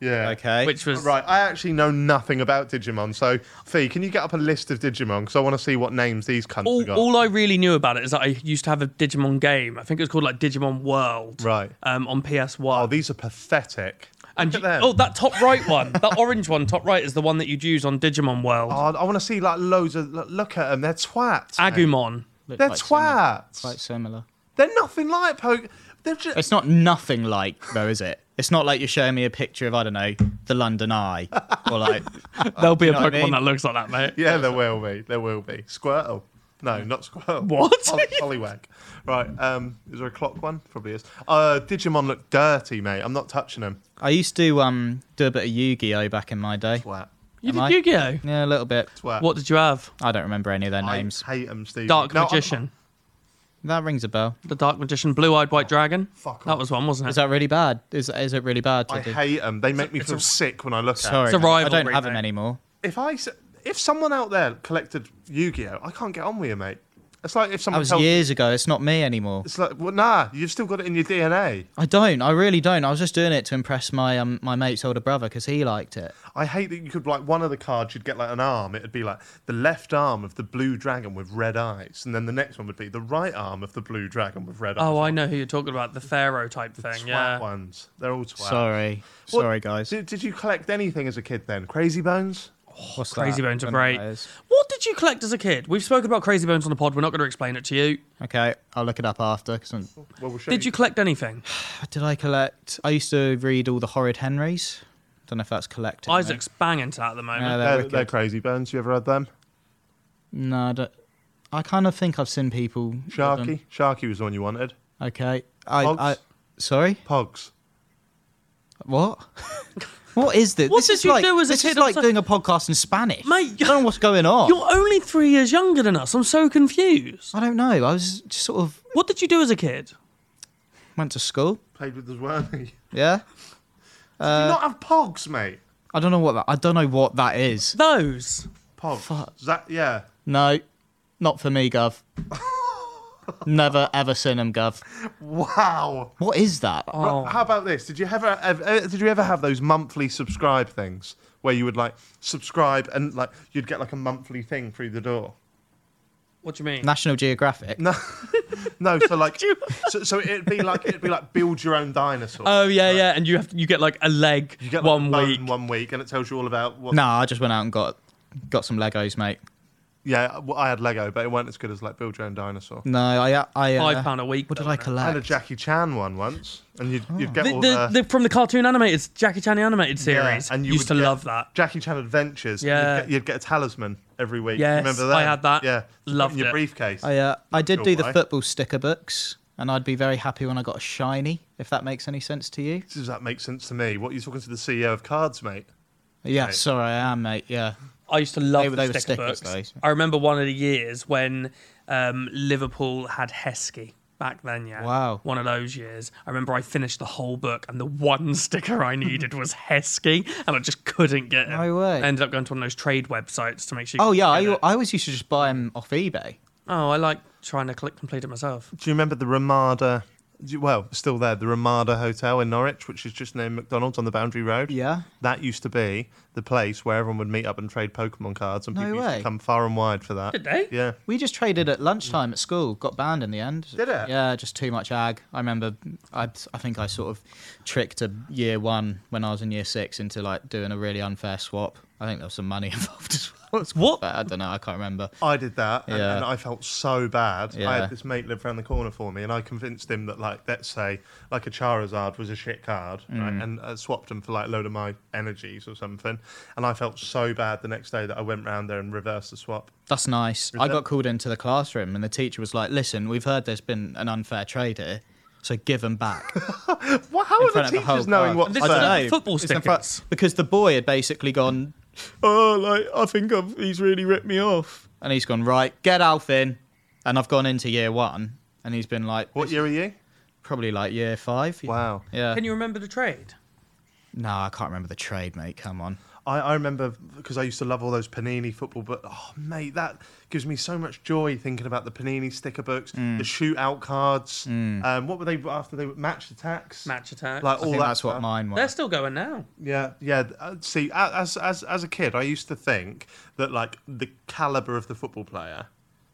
S1: Yeah.
S3: Okay.
S2: which was
S1: Right, I actually know nothing about Digimon. So, Fee, can you get up a list of Digimon? Because I want to see what names these cunts have
S2: all,
S1: got.
S2: all I really knew about it is that I used to have a Digimon game. I think it was called like Digimon World.
S1: Right.
S2: Um, on PS
S1: oh,
S2: One.
S1: these are pathetic.
S2: and
S1: Look
S2: you-
S1: at them.
S2: oh, that top right one, that orange one, top right is the one that you'd use on Digimon World.
S1: Oh, I want to see like loads of. Look, look at them. They're twats. mate.
S2: Agumon.
S3: Look
S1: They're
S3: quite similar-
S1: twats.
S3: Quite similar.
S1: They're nothing like Poke. They're just,
S3: It's not nothing like, though, is it? It's not like you're showing me a picture of I don't know the London Eye or like
S2: There'll be a
S3: know what I
S2: Pokemon
S3: mean?
S2: that looks like that, mate.
S1: yeah, there will be. There will be. Squirtle. No, not Squirtle.
S2: What?
S1: Poly- Poliwag. Right. Um, is there a clock one? Probably is. Uh, Digimon look dirty, mate. I'm not touching them.
S3: I used to um do a bit of Yu-Gi-Oh back in my day.
S1: Twat.
S2: You
S3: Am I?
S2: did Yu-Gi-Oh.
S3: Yeah, a little bit.
S1: Twat.
S2: What did you have?
S3: I don't remember any of their
S1: I
S3: names.
S1: hate them, Steve.
S2: Dark
S1: No, I'm-
S2: Magician.
S3: That rings a bell.
S2: The Dark Magician, Blue-Eyed White Dragon.
S1: fuck
S2: that
S1: off.
S2: was one, wasn't it?
S3: Is that really bad? Is is it really bad? To
S1: I
S3: do?
S1: hate them. They make me feel sick when I look at
S3: Sorry,
S2: It's a
S3: mate, I don't
S2: rivalry,
S3: have them
S2: mate.
S3: anymore.
S1: If I s- if someone out there collected Yu-Gi-Oh, I can't get on with you, mate. It's like if
S3: That
S1: someone
S3: was
S1: tells
S3: years ago. It's not me anymore.
S1: it's like well, nah, you've still got it in your DNA.
S3: I don't. I really don't. I was just doing it to impress my um my mate's older brother because he liked it.
S1: I hate that you could like one of the cards you'd get like an arm. It'd be like the left arm of the blue dragon with red eyes, and then the next one would be the right arm of the blue dragon with red eyes.
S2: Oh, I know who you're talking about. The Pharaoh type thing.
S1: Twat
S2: yeah.
S1: ones. They're all twat.
S3: Sorry,
S1: What-
S3: sorry guys.
S1: Did, did you collect anything as a kid then? Crazy bones?
S3: What's
S2: Crazy
S3: that?
S2: Bones are
S3: Don't know what
S2: great.
S3: that is.
S2: What did you collect as a kid? We've spoken about Crazy Bones on the pod. We're not going to explain it to you.
S3: Okay, I'll look it up after. 'cause I'm-
S1: Well, we'll show
S2: Did you collect anything?
S3: did I collect? I used to read all the Horrid Henrys. Don't know if that's collected. mate.
S2: Isaac's Uh, banging to that at the moment.
S3: Yeah, they're
S1: They're,
S3: wicked.
S1: they're crazy bones. You ever had them?
S3: No, I, don't- I kind of think I've seen people. with them.
S1: Sharky. Sharky was the one you wanted.
S3: Okay. I,
S1: Pogs?
S3: I. Sorry.
S1: Pogs.
S3: What? what is this?
S2: What
S3: this
S2: did
S3: is
S2: you
S3: like,
S2: do as a
S3: this
S2: kid?
S3: is
S2: I'm
S3: like
S2: so-
S3: doing a podcast in Spanish.
S2: Mate,
S3: I don't know what's going on.
S2: You're only three years younger than us. I'm so confused.
S3: I don't know. I was just sort of
S2: What did you do as a kid?
S3: went to school.
S1: Played with the wormy.
S3: Yeah.
S2: Uh,
S1: you not have pogs, mate?
S3: I don't know what that. I don't know what that is.
S2: Those.
S1: Pogs. Is that yeah.
S3: No, not for me, Gov. Never ever seen them, Gov.
S1: Wow.
S3: What is that?
S2: Oh.
S1: How about this? Did you ever, ever uh, did you ever have those monthly subscribe things where you would like subscribe and like you'd get like a monthly thing through the door?
S2: What do you mean?
S3: National Geographic.
S1: No, no. So like, so, so it'd be like it'd be like build your own dinosaur.
S2: Oh yeah, yeah. And you have you get like a leg
S1: you get like,
S2: one
S1: a bone
S2: week.
S1: one week, and it tells you all about. What,
S3: Nah, I just went out and got got some Legos, mate.
S1: Yeah, well, I had Lego, but it weren't as good as like build your own dinosaur.
S3: No, I I uh,
S2: Five pound a week,
S3: What did
S2: though,
S3: I
S2: innit?
S1: I had a
S3: collect?
S1: Jackie Chan one once, and you'd, you'd get
S2: Oh. The,
S1: all
S3: uh,
S2: the, the, from the cartoon animated Jackie Chan animated
S1: yeah,
S2: series.
S1: and you
S2: used to
S1: would get
S2: love that.
S1: Jackie Chan Adventures. and
S2: Yeah.
S1: you'd get, you'd get a talisman every week.
S2: Yes,
S1: remember that?
S2: I had that.
S1: Yeah,
S2: Loved
S1: in your
S2: it.
S1: briefcase.
S3: I uh, I did
S1: Cool,
S3: do the
S1: right?
S3: football sticker books, and I'd be very happy when I got a shiny, if that makes any sense to you.
S1: Does that make sense to me? What are you talking to the CEO of Cards, mate?
S3: Yeah, sorry, I am, mate. Yeah,
S2: I used to love
S3: They were-
S2: the
S3: they were
S2: sticker
S3: stickers,
S2: books.
S3: though.
S2: I remember one of the years when um, Liverpool had Heskey back then. Yeah,
S3: Wow.
S2: One of those years. I remember I finished the whole book, and the one sticker I needed was Heskey, and I just couldn't get it.
S3: No way.
S2: I ended up going to one of those trade websites to make sure. you
S3: Oh
S2: could
S3: yeah, I,
S2: get it.
S3: I always used to just buy them off eBay.
S2: oh, I like trying to click complete it myself.
S1: Do you remember the Ramada? do you- Well, still there, the Ramada Hotel in Norwich, which is just near McDonald's on the Boundary Road.
S3: Yeah.
S1: That used to be the place where everyone would meet up and trade Pokemon cards, and
S3: No
S1: people used
S3: way.
S1: to come far and wide for that.
S2: Did they?
S1: Yeah.
S3: We just traded at lunchtime at school. Got banned in the end.
S1: Did it?
S3: Yeah, just too much ag. I remember. I I think I sort of tricked a year one when I was in year six into like doing a really unfair swap. I think there was some money involved as well. It's
S2: What?
S3: But I don't know. I can't remember.
S1: I did that, and,
S3: Yeah.
S1: and I felt so bad. I
S3: Yeah.
S1: had this mate live around the corner for me, and I convinced him that, like, let's say, like a Charizard was a shit card, right, and I swapped him for like a load of my energies or something. And I felt so bad the next day that I went round there and reversed the swap.
S3: That's nice. I got called into the classroom and the teacher was like, "Listen, we've heard there's been an unfair trade here, so give them back."
S1: Well, how
S3: in
S1: are the
S3: front of the
S1: teachers
S3: whole
S1: knowing
S3: class.
S1: what?
S2: This
S3: I
S2: is
S3: don't
S2: the
S3: know.
S2: football
S3: It's in front-
S2: stickers.
S3: because the boy had basically gone, "Oh, like I think I've, he's really ripped me off," and he's gone right, get Alf in, and I've gone into year one, and he's been like,
S1: What year are you?
S3: Probably like year five.
S1: Wow.
S3: Yeah.
S2: Can you remember the trade?
S3: No, I can't remember the trade, mate. Come on.
S1: I, I remember because I used to love all those Panini football, but oh mate, that gives me so much joy thinking about the Panini sticker books, the shootout cards. Um, what were they after they were match attacks?
S2: Match attack.
S1: Like
S3: I
S1: all
S3: think
S1: that
S3: that's what
S1: stuff.
S3: mine was.
S2: They're still going now.
S1: Yeah, yeah. th- uh, See, a- as as as a kid, I used to think that like the caliber of the football player.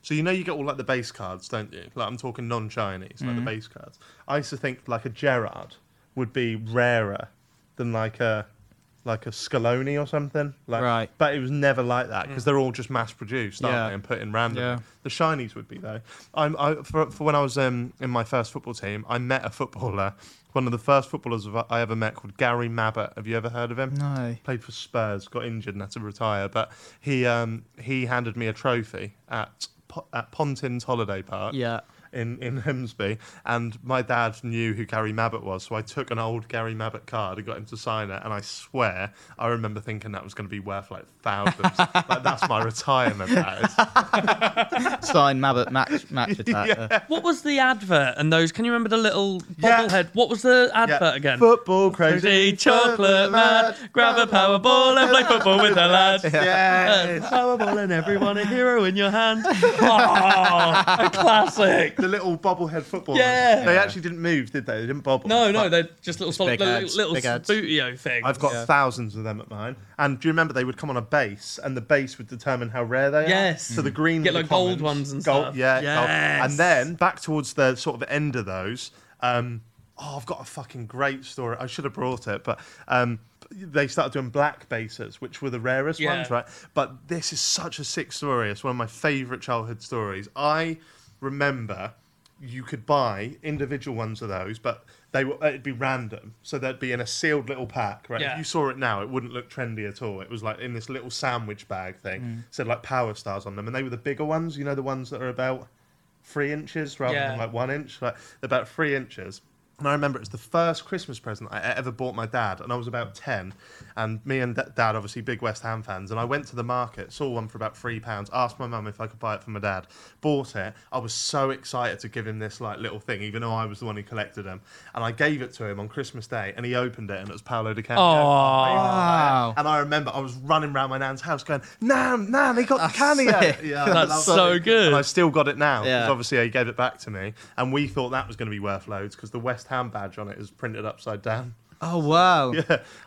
S1: So you know you get all like the base cards, don't you? Like I'm talking non-Chinese, like
S3: Mm-hmm.
S1: the base cards. I used to think like a Gerard would be rarer than like a like a Scaloni or something. Like,
S3: Right. Mm.
S1: But it was never like that because they're all just mass produced, aren't
S3: Yeah.
S1: they? And put in randomly.
S3: Yeah.
S1: The shinies would be though. I'm, I for, for when I was um, in my first football team, I met a footballer, one of the first footballers of- I ever met called Gary Mabbott. Have you ever heard of him?
S3: No.
S1: Played for Spurs, got injured and had to retire, but he um, he handed me a trophy at Po- at Pontins Holiday Park
S3: Yeah.
S1: in, in Hemsby, and my dad knew who Gary Mabbott was, so I took an old Gary Mabbott card and got him to sign it. And I swear, I remember thinking that was going to be worth like thousands. like that's my retirement. That is.
S3: Sign Mabbott match match attack. Uh,
S2: What was the advert and those? Can you remember the little bobblehead? What was the advert again?
S1: Football crazy,
S2: Crazy chocolate man, grab a powerball and play football with the lads. Uh,
S1: Yes.
S2: Powerball and everyone a hero in your hand. Oh, a classic.
S1: The little bobblehead football.
S2: Yeah.
S1: They actually didn't move, did they? They didn't bobble.
S2: No,
S1: But-
S2: no, they're just little solid,
S3: big
S2: little,
S3: ads,
S2: little
S3: big ads.
S2: studio thing.
S1: I've got
S3: Yeah.
S1: thousands of them at mine. And do you remember they would come on a base, and the base would determine how rare they are?
S2: Yes.
S1: So the green,
S2: Get,
S1: were the
S2: like, gold
S1: commons.
S2: ones and
S1: Gold-
S2: stuff.
S1: Yeah. gold.
S2: Yes.
S1: And then back towards the sort of end of those. Um, oh, I've got a fucking great story. I should have brought it, but. Um, they started doing black bases, which were the rarest
S2: Yeah.
S1: ones, right? But this is such a sick story. It's one of my favorite childhood stories. I remember you could buy individual ones of those, but they were it'd be random. So they'd be in a sealed little pack, right?
S2: Yeah.
S1: If you saw it now, it wouldn't look trendy at all. It was like in this little sandwich bag thing, said like power stars on them, and they were the bigger ones. You know, the ones that are about three inches rather
S2: Yeah.
S1: than like one inch, like they're about three inches. And I remember it was the first Christmas present I e-, ever bought my dad, and I was about 10. And me and d- dad, obviously big West Ham fans, and I went to the market, saw one for about £3, pounds, asked my mum if I could buy it for my dad, bought it. I was so excited to give him this like little thing, even though I was the one who collected them. And I gave it to him on Christmas Day, and he opened it, and it was Paolo Di Canio.
S3: Wow.
S1: And I remember I was running around my nan's house going, Nan, Nan, he got the Canio.
S3: sick.
S1: Yeah, I
S2: That's
S1: loved
S2: so
S1: it.
S2: good.
S1: And I still got it now
S3: Yeah.
S1: because obviously he gave it back to me, and we thought that was going to be worth loads because the West Ham badge on it is printed upside down.
S3: Oh wow.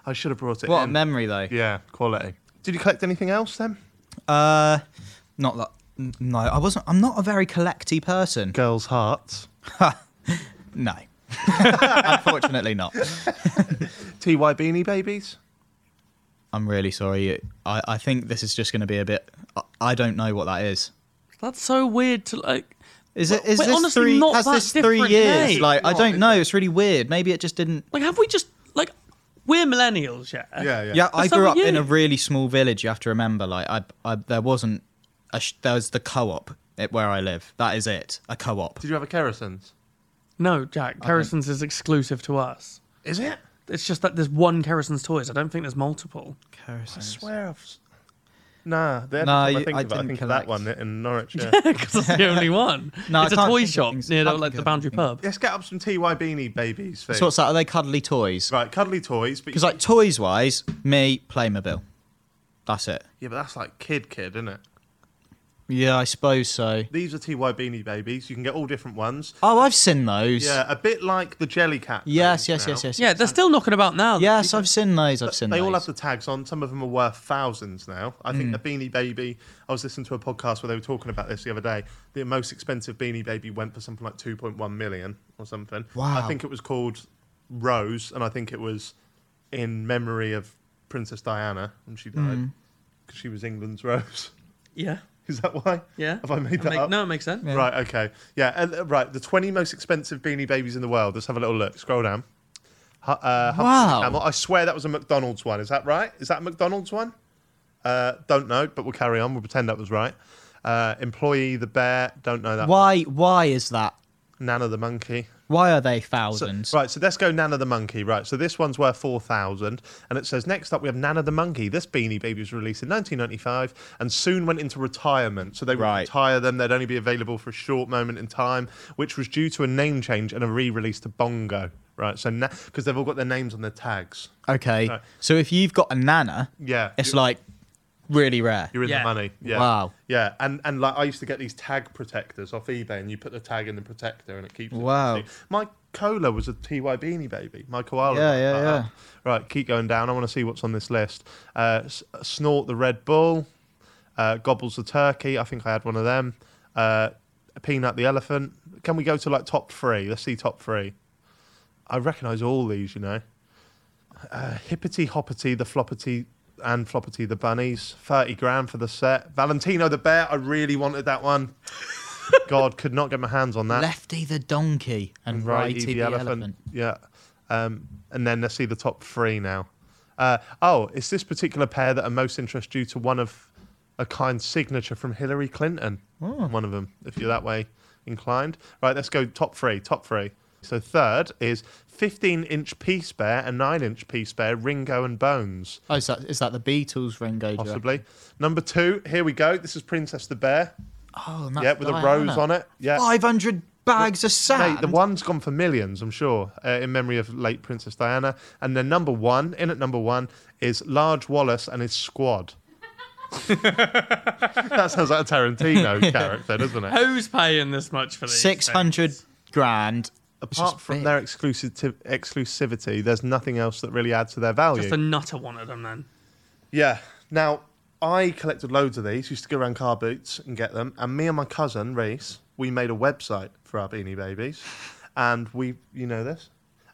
S1: I should have brought it.
S3: What a
S1: in.
S3: memory though.
S1: Yeah, quality. Did you collect anything else then?
S3: Uh, not that. n- No, I wasn't. I'm not a very collecty person.
S1: Girls' hearts.
S3: No. Unfortunately, not.
S1: Ty Beanie Babies.
S3: I'm really sorry. I, I think this is just going to be a bit. I, I don't know what that is.
S2: That's so weird to like.
S3: Is it? Is
S2: we're
S3: this
S2: honestly
S3: three?
S2: not
S3: Has
S2: that
S3: this three
S2: different,
S3: years?
S2: mate.
S3: Like I
S1: Not,
S3: don't
S1: is
S3: know. It's really weird. Maybe it just didn't.
S2: Like, have we just like we're millennials, yeah?
S1: yeah.
S3: Yeah, I
S2: so
S3: grew
S2: were
S3: up in
S2: you.
S3: a really small village. You have to remember, like I, I there wasn't. A sh- there was the co-op at where I live. That is it. A co-op.
S1: Did you have a Kerrison's?
S2: No, Jack. Kerrison's is exclusive to us.
S1: Is it?
S2: It's just that there's one Kerrison's toys. I don't think there's multiple.
S1: Swear I've. s- Nah, the only
S3: Nah,
S1: time I
S3: you-
S1: think
S3: I
S1: of it, I
S3: didn't
S1: think of that
S3: collect.
S1: one in Norwich. Yeah.
S2: Because it's the only one.
S3: No, I
S2: it's a
S3: can't
S2: toy
S3: think of
S2: shop
S3: things.
S2: near
S3: I
S2: the,
S3: can't
S2: like
S3: think
S2: the
S3: of
S2: Boundary
S3: anything.
S2: Pub.
S1: Let's get up some Ty Beanie Babies. Thing.
S3: So what's that? Are they cuddly toys?
S1: Right, cuddly toys, but
S3: Because like toys wise, me Playmobil. That's it.
S1: yeah, but that's like kid kid, isn't it?
S3: Yeah, I suppose so.
S1: These are Ty Beanie Babies. You can get all different ones.
S3: Oh, I've seen those.
S1: Yeah, a bit like the jelly cat.
S3: Yes,
S1: things
S3: yes,
S1: now.
S3: yes, yes.
S2: Yeah, they're still knocking about now.
S3: Yes, I've seen those. I've seen
S1: They
S3: those.
S1: all have the tags on. Some of them are worth thousands now. I
S3: Mm.
S1: think a beanie baby. I was listening to a podcast where they were talking about this the other day. The most expensive beanie baby went for something like 2.1 million or something.
S3: Wow.
S1: I think it was called Rose, and I think it was in memory of Princess Diana when she died
S3: Mm.
S1: because she was England's Rose.
S2: Yeah.
S1: Is that why?
S2: Yeah.
S1: Have I made
S2: That
S1: that
S2: make-
S1: up?
S2: No, it makes sense.
S1: Right, okay. Yeah, and, uh, right. The 20 most expensive beanie babies in the world. Let's have a little look. Scroll down. Hu- uh, Humpty
S3: Wow.
S1: Camel. I swear that was a McDonald's one. Is that right? Is that a McDonald's one? Uh, don't know, but we'll carry on. We'll pretend that was right. Uh, employee the bear. Don't know that.
S3: Why? Why is that?
S1: Nana the monkey.
S3: Why are they
S1: So-
S3: thousands?
S1: right, so let's go Nana the Monkey. Right, so this one's worth 4,000. And it says, next up, we have Nana the Monkey. This Beanie Baby was released in 1995 and soon went into retirement. So they would
S3: Right.
S1: retire them. They'd only be available for a short moment in time, which was due to a name change and a re release to Bongo. Right, so because they've all got their names on their tags.
S3: Okay.
S1: Right.
S3: So if you've got a nana,
S1: Yeah.
S3: it's
S1: You're-
S3: like really rare.
S1: You're in
S2: Yeah.
S1: the money. Yeah.
S3: Wow.
S1: Yeah, and and like I used to get these tag protectors off eBay, and you put the tag in the protector, and it keeps. it.
S3: Wow.
S1: My cola was a TY Beanie Baby. My koala.
S3: Yeah, yeah,
S1: Uh,
S3: yeah.
S1: Right, keep going down. I want to see what's on this list. Uh, S- Snort the Red Bull. Uh, Gobbles the Turkey. I think I had one of them. Uh, Peanut the Elephant. Can we go to like top three? Let's see top three. I recognise all these, you know. uh, Hippity Hoppity, the Floppity, and Floppity the Bunnies. 30 grand for the set. Valentino the Bear, I really wanted that one. God, could not get my hands on that.
S3: Lefty the donkey and righty, the, elephant.
S1: Yeah. Um, and then let's see the top three now. Uh, oh, it's this particular pair that are most interest due to one of a kind signature from Hillary Clinton.
S3: Hmm.
S1: One of them, if you're that way inclined. Right, let's go top three. Top three. So third is 15 inch Peace Bear and 9 inch Peace Bear, Ringo and Bones,
S3: Oh, is that, is that the Beatles Ringo? do you reckon?
S1: possibly. Number two, here we go. This is Princess the Bear.
S3: Oh, and that's
S1: Yeah, with a
S3: Diana.
S1: rose on it. Yeah.
S3: Five hundred bags of sand.
S1: Mate, the one's gone for millions, I'm sure, uh, in memory of late Princess Diana. And then number one, in at number one, is Large Wallace and his squad. that sounds like a Tarantino character, doesn't it?
S2: Who's paying this much for these?
S3: Six hundred grand.
S1: Apart
S3: just
S1: from
S3: big.
S1: their exclusiv- exclusivity, there's nothing else that really adds to their value.
S2: Just a nutter one of them then.
S1: Yeah. Now, I collected loads of these. Used to go around car boots and get them. And me and my cousin Reese, we made a website for our Beanie Babies, and we, you know this,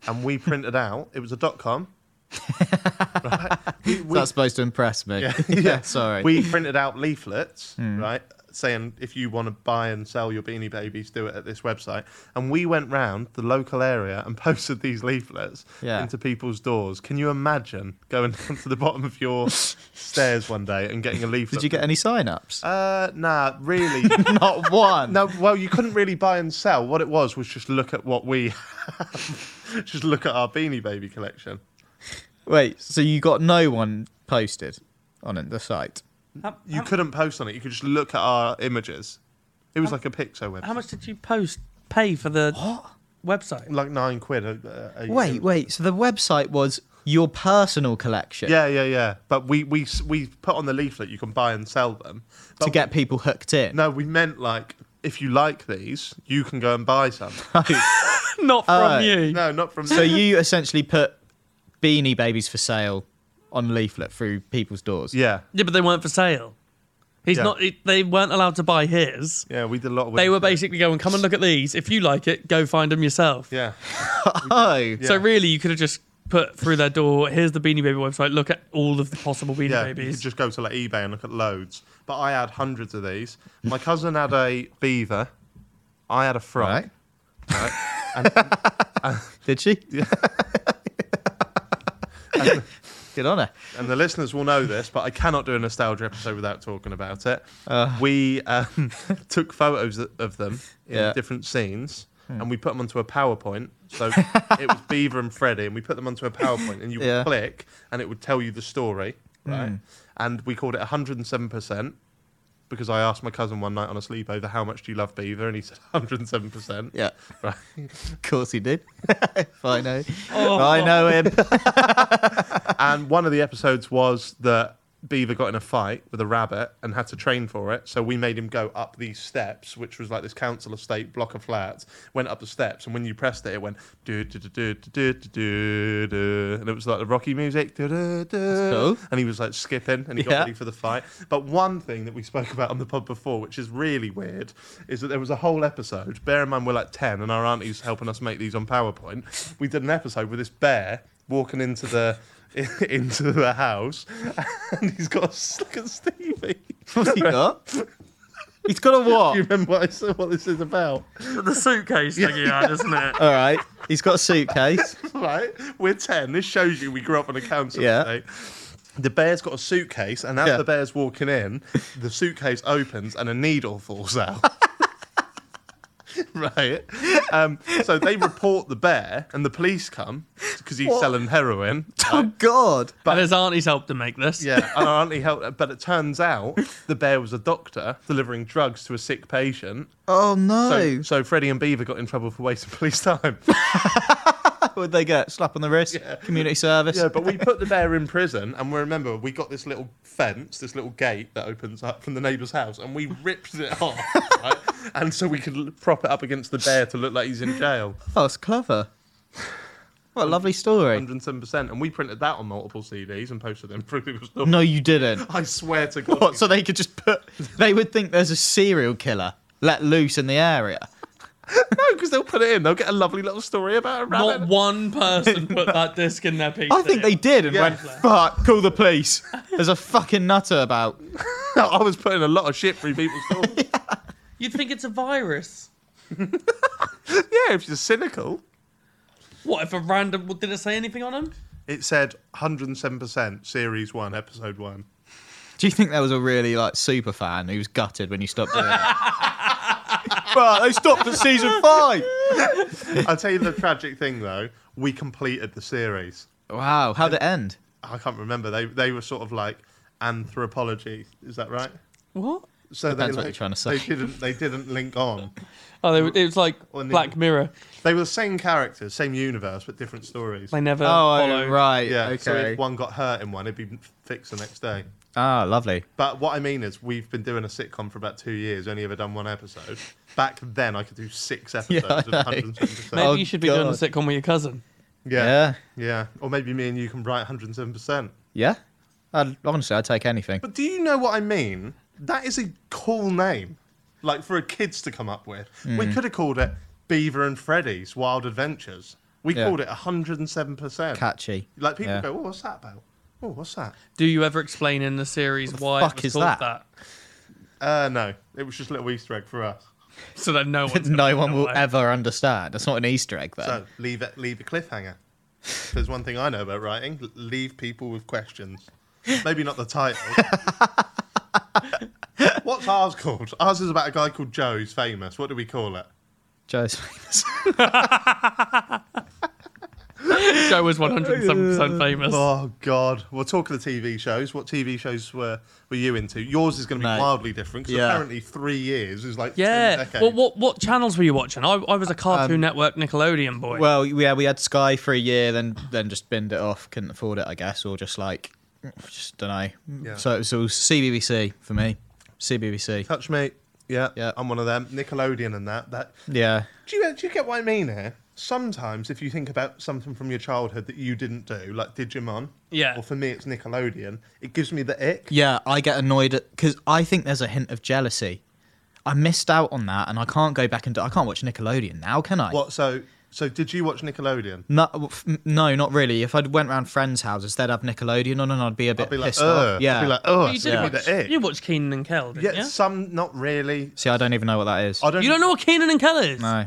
S1: and we printed out. It was a dot com. right? We- we-
S3: That's supposed to impress me. Yeah, sorry. Hmm.
S1: we printed out leaflets, right, saying if you want to buy and sell your beanie babies, do it at this website. And we went round the local area and posted these leaflets
S3: Yeah.
S1: into people's doors. Can you imagine going down to the bottom of your stairs one day and getting a leaflet?
S3: Did you get any sign-ups?
S1: Uh, nah, really.
S3: Not one.
S1: no, well, you couldn't really buy and sell. What it was was just look at what we have. just look at our beanie baby collection.
S3: Wait, so you got no one posted on it, the site?
S2: How,
S1: You
S3: Oh.
S2: how-
S1: couldn't post on it. You could just look at our images. It was like a picture website.
S2: how much did you post pay for the website?
S1: like nine quid. A, a, a-
S3: Wait, wait. So the website was your personal collection
S1: Yeah, yeah, yeah. But we we s- we put on the leaflet you can buy and sell them. But
S3: to get people hooked in.
S1: no, we meant like if you like these, you can go and buy some.
S2: Not from
S3: Oh.
S2: you.
S1: Uh, no, not from.
S3: So you essentially put beanie babies for sale on leaflet through people's doors.
S1: yeah,
S2: Yeah, but they weren't for sale. He's
S1: Yeah.
S2: not. he- They weren't allowed to buy his.
S1: yeah. We did a lot of.
S2: They were
S1: weird shit.
S2: basically going, "Come and look at these. If you like it, go find them yourself."
S1: Yeah,
S3: Oh,
S2: So really, you could have just put through their door. Here's the Beanie Baby website. Look at all of the possible Beanie
S1: yeah. You
S2: Babies.
S1: could just go to like eBay and look at loads. But I had hundreds of these. My cousin had a beaver. I had a frog.
S3: right. Did she? Good on her.
S1: and the listeners will know this, but I cannot do a nostalgia episode without talking about it.
S3: Uh.
S1: we um, took photos of them in
S3: Yeah. Hmm.
S1: different scenes, and we put them onto a PowerPoint. So it was Beaver and Freddy, and we put them onto a PowerPoint, and you would
S3: Yeah. Hmm.
S1: click, and it would tell you the story, right? And we called it 107 percent. Because I asked my cousin one night on a sleepover, how much do you love Beaver? And he said 107%.
S3: Yeah,
S1: Right.
S3: of course he did. if I know,
S2: Oh,
S3: I know him.
S1: And one of the episodes was that Beaver got in a fight with a rabbit and had to train for it. So we made him go up these steps, which was like this council estate block of flats. Went up the steps, and when you pressed it, it went do do do do do do do, do, and it was like the Rocky music. Do, do, do.
S3: cool.
S1: And he was like skipping, and he
S3: Yeah.
S1: got ready for the fight. But one thing that we spoke about on the pod before, which is really weird, is that there was a whole episode. Bear in mind, we're like ten, and our auntie's helping us make these on PowerPoint. We did an episode with this bear walking into the into the house, and he's got a, look at Stevie.
S3: What's he got? He's got a what?
S1: Do you remember what, I said, what this is about?
S2: the suitcase thing he had, isn't it?
S3: All right. He's got a suitcase.
S1: Right, we're ten. This shows you we grew up on a council
S3: Yeah.
S1: estate. The bear's got a suitcase, and as
S3: Yeah.
S1: the bear's walking in, the suitcase opens and a needle falls out. right. Um, so they report the bear, and the police come because he's selling heroin.
S3: Oh God.
S2: And his aunties helped him make this.
S1: Yeah, and our auntie helped. But it turns out the bear was a doctor delivering drugs to a sick patient.
S3: Oh
S1: So,
S3: no.
S1: so Freddie and Beaver got in trouble for wasting police time.
S3: would they get? Slap on the wrist. Community service.
S1: Yeah, but we put the bear in prison, and we remember we got this little fence, this little gate that opens up from the neighbour's house, and we ripped it off, right? and so we could l- prop it up against the bear to look like he's in jail,
S3: Oh, it's clever. What a lovely story.
S1: 107. percent And we printed that on multiple CDs and posted them through people's doors.
S3: No, you didn't.
S1: I swear to God.
S3: What? So they could just put. They would think there's a serial killer let loose in the area.
S1: No, because they'll put it in. They'll get a lovely little story about a rabbit.
S2: Not one person put that disc in their pizza.
S3: I think they did and
S1: Yeah.
S3: went, fuck, call the police. There's a fucking nutter about.
S1: I was putting a lot of shit through people's doors.
S2: You'd think it's a virus.
S1: yeah, if you're cynical.
S2: What if a random did it say anything on them?
S1: It said 107% series one, episode one.
S3: Do you think there was a really like super fan who was gutted when you stopped doing it? but they stopped at season five.
S1: I'll tell you the tragic thing though. We completed the series.
S3: Wow, how'd it end?
S1: I can't remember. They they were sort of like anthropology. Is that right?
S2: What?
S1: So
S3: Depends
S1: they,
S3: what you're trying to
S1: They
S3: say.
S1: didn't. They didn't link on.
S2: Oh, they, it was like
S1: Or the-
S2: Black Mirror.
S1: They were the same characters, same universe, but different stories.
S2: They never follow.
S3: Oh, right.
S1: Uh, yeah.
S3: okay.
S1: So if one got hurt in one, it'd be fixed the next day.
S3: Ah, lovely.
S1: But what I mean is, we've been doing a sitcom for about two years. Only ever done one episode. Back then, I could do six episodes
S3: I
S1: of
S3: know.
S1: 107%.
S2: Maybe
S3: Oh,
S2: you should be doing a
S3: God.
S2: sitcom with your cousin.
S1: yeah.
S3: Yeah.
S1: Yeah. Or maybe me and you can write 107%.
S3: Yeah. I'd, honestly, I'd take anything.
S1: But do you know what I mean? That is a cool name, like for a kids to come up with.
S3: Mm.
S1: We could have called it Beaver and Freddy's Wild Adventures. We
S3: Yeah.
S1: called it 107%.
S3: Catchy.
S1: Like people
S3: Yeah.
S1: go, "Oh, what's that about? Oh, what's that?"
S2: Do you ever explain in the series why
S3: fuck
S2: it was
S3: is
S2: called
S3: that?
S2: that?
S1: Uh, no, it was just a little Easter egg for us.
S2: So that no one.
S3: No one will ever understand. That's not an Easter egg, though.
S1: So leave it, leave a cliffhanger. If There's one thing I know about writing: l- leave people with questions. Maybe not the title. What's ours called? Ours is about a guy called Joe who's famous. What do we call it?
S3: Joe's famous.
S2: Joe was 107% famous.
S1: Oh God! Well, talk of the TV shows. What TV shows were were you into? Yours is going to be
S3: Mate.
S1: wildly different because
S3: Yeah.
S1: apparently three years is like
S2: Yeah.
S1: Ten decades.
S2: What, what what channels were you watching? I, I
S3: Uh,
S2: was a Cartoon
S3: um,
S2: Network Nickelodeon boy.
S3: Well, yeah, we had Sky for a year, then then just binned it off. Couldn't afford it, I guess, or just like, just don't know.
S1: Yeah.
S3: So it was all CBBC for me. CBBC.
S1: Touch me. Yeah,
S3: Yeah.
S1: I'm one of them. Nickelodeon and that. That.
S3: Yeah.
S1: Do you do you get what I mean here? Sometimes if you think about something from your childhood that you didn't do, like Digimon.
S2: Yeah.
S1: Or for me, it's Nickelodeon. It gives me the ick.
S3: Yeah, I get annoyed at because I think there's a hint of jealousy. I missed out on that, and I can't go back and do, I can't watch Nickelodeon now, can I?
S1: What? So so did you watch Nickelodeon?
S3: No, f- no, not really. If I went round friends' houses, they'd have Nickelodeon on, and I'd be a bit
S1: I'd be like,
S3: pissed
S1: oh,
S3: off. Yeah.
S1: I'd be like, oh,
S2: you,
S1: it's
S2: did
S1: giving me
S2: watch,
S1: the ick.
S2: you watched Keenan and Kel, didn't
S1: yeah,
S2: you?
S1: some not really.
S3: See, I don't even know what that is.
S1: I don't.
S2: You don't know what Keenan and Kel is?
S3: No,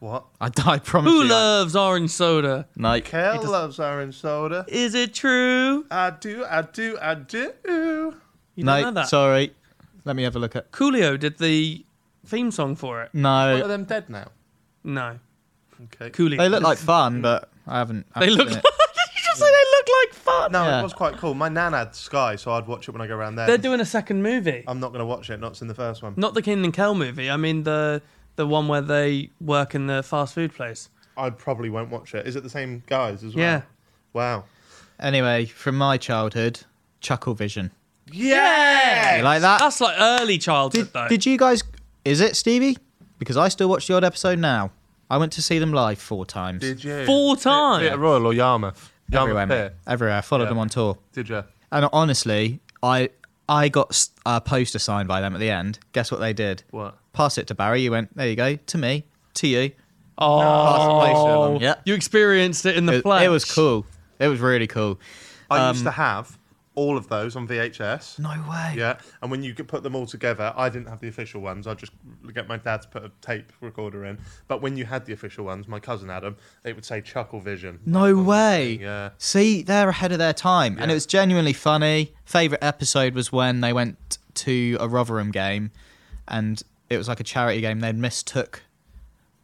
S1: what?
S3: I, I promise
S2: Who
S3: you.
S2: loves orange soda?
S3: I, like,
S1: Kel
S3: it does-
S1: loves orange soda.
S2: Is it true?
S1: I do, I do, I do.
S2: You
S3: no,
S2: don't know that.
S3: sorry. Let me have a look at.
S2: Coolio did the theme song for it.
S1: Are
S3: No,
S1: them dead now?
S2: No.
S1: Okay.
S2: Coolio.
S3: they look like fun, but I haven't. I
S2: They
S3: haven't
S2: look
S3: seen
S2: like.
S3: it.
S2: Did you just say they look like fun?
S1: No,
S3: Yeah.
S1: it was quite cool. My nan had Sky, so I'd watch it when I go around there.
S2: They're doing a second movie.
S1: I'm not going to watch it. Not in the first one.
S2: Not the Keenan and Kel movie. I mean the the one where they work in the fast food place.
S1: I probably won't watch it. Is it the same guys as well?
S2: Yeah.
S1: Wow.
S3: Anyway, from my childhood, Chuckle Vision.
S1: Yeah.
S3: You like that?
S2: That's like early childhood
S3: Ah. did,
S2: though.
S3: did you guys? Is it Stevie? Because I still watch the odd episode now. I went to see them live four times.
S1: Did you?
S2: Full time.
S1: Theatre Royal or Yarmouth?
S3: everywhere,
S1: Yarmouth
S3: mate.
S1: Pier.
S3: Everywhere. I followed
S1: Yeah.
S3: them on tour.
S1: Did you?
S3: And honestly, I I got s- a poster signed by them at the end. Guess what they did?
S1: What?
S3: Pass it to Barry. You went. There you go. To me. To you.
S2: Oh,
S3: Yeah.
S2: you experienced it in the
S3: It,
S2: play.
S3: it was cool. It was really cool.
S1: I used to have all of those on VHS.
S3: No way.
S1: Yeah, and when you could put them all together, I didn't have the official ones. I just get my dad to put a tape recorder in. But when you had the official ones, my cousin had them. It would say Chuckle Vision.
S3: No way.
S1: yeah.
S3: See, they're ahead of their time, and
S1: Yeah.
S3: it was genuinely funny. Favorite episode was when they went to a Rotherham game, and it was like a charity game. They mistook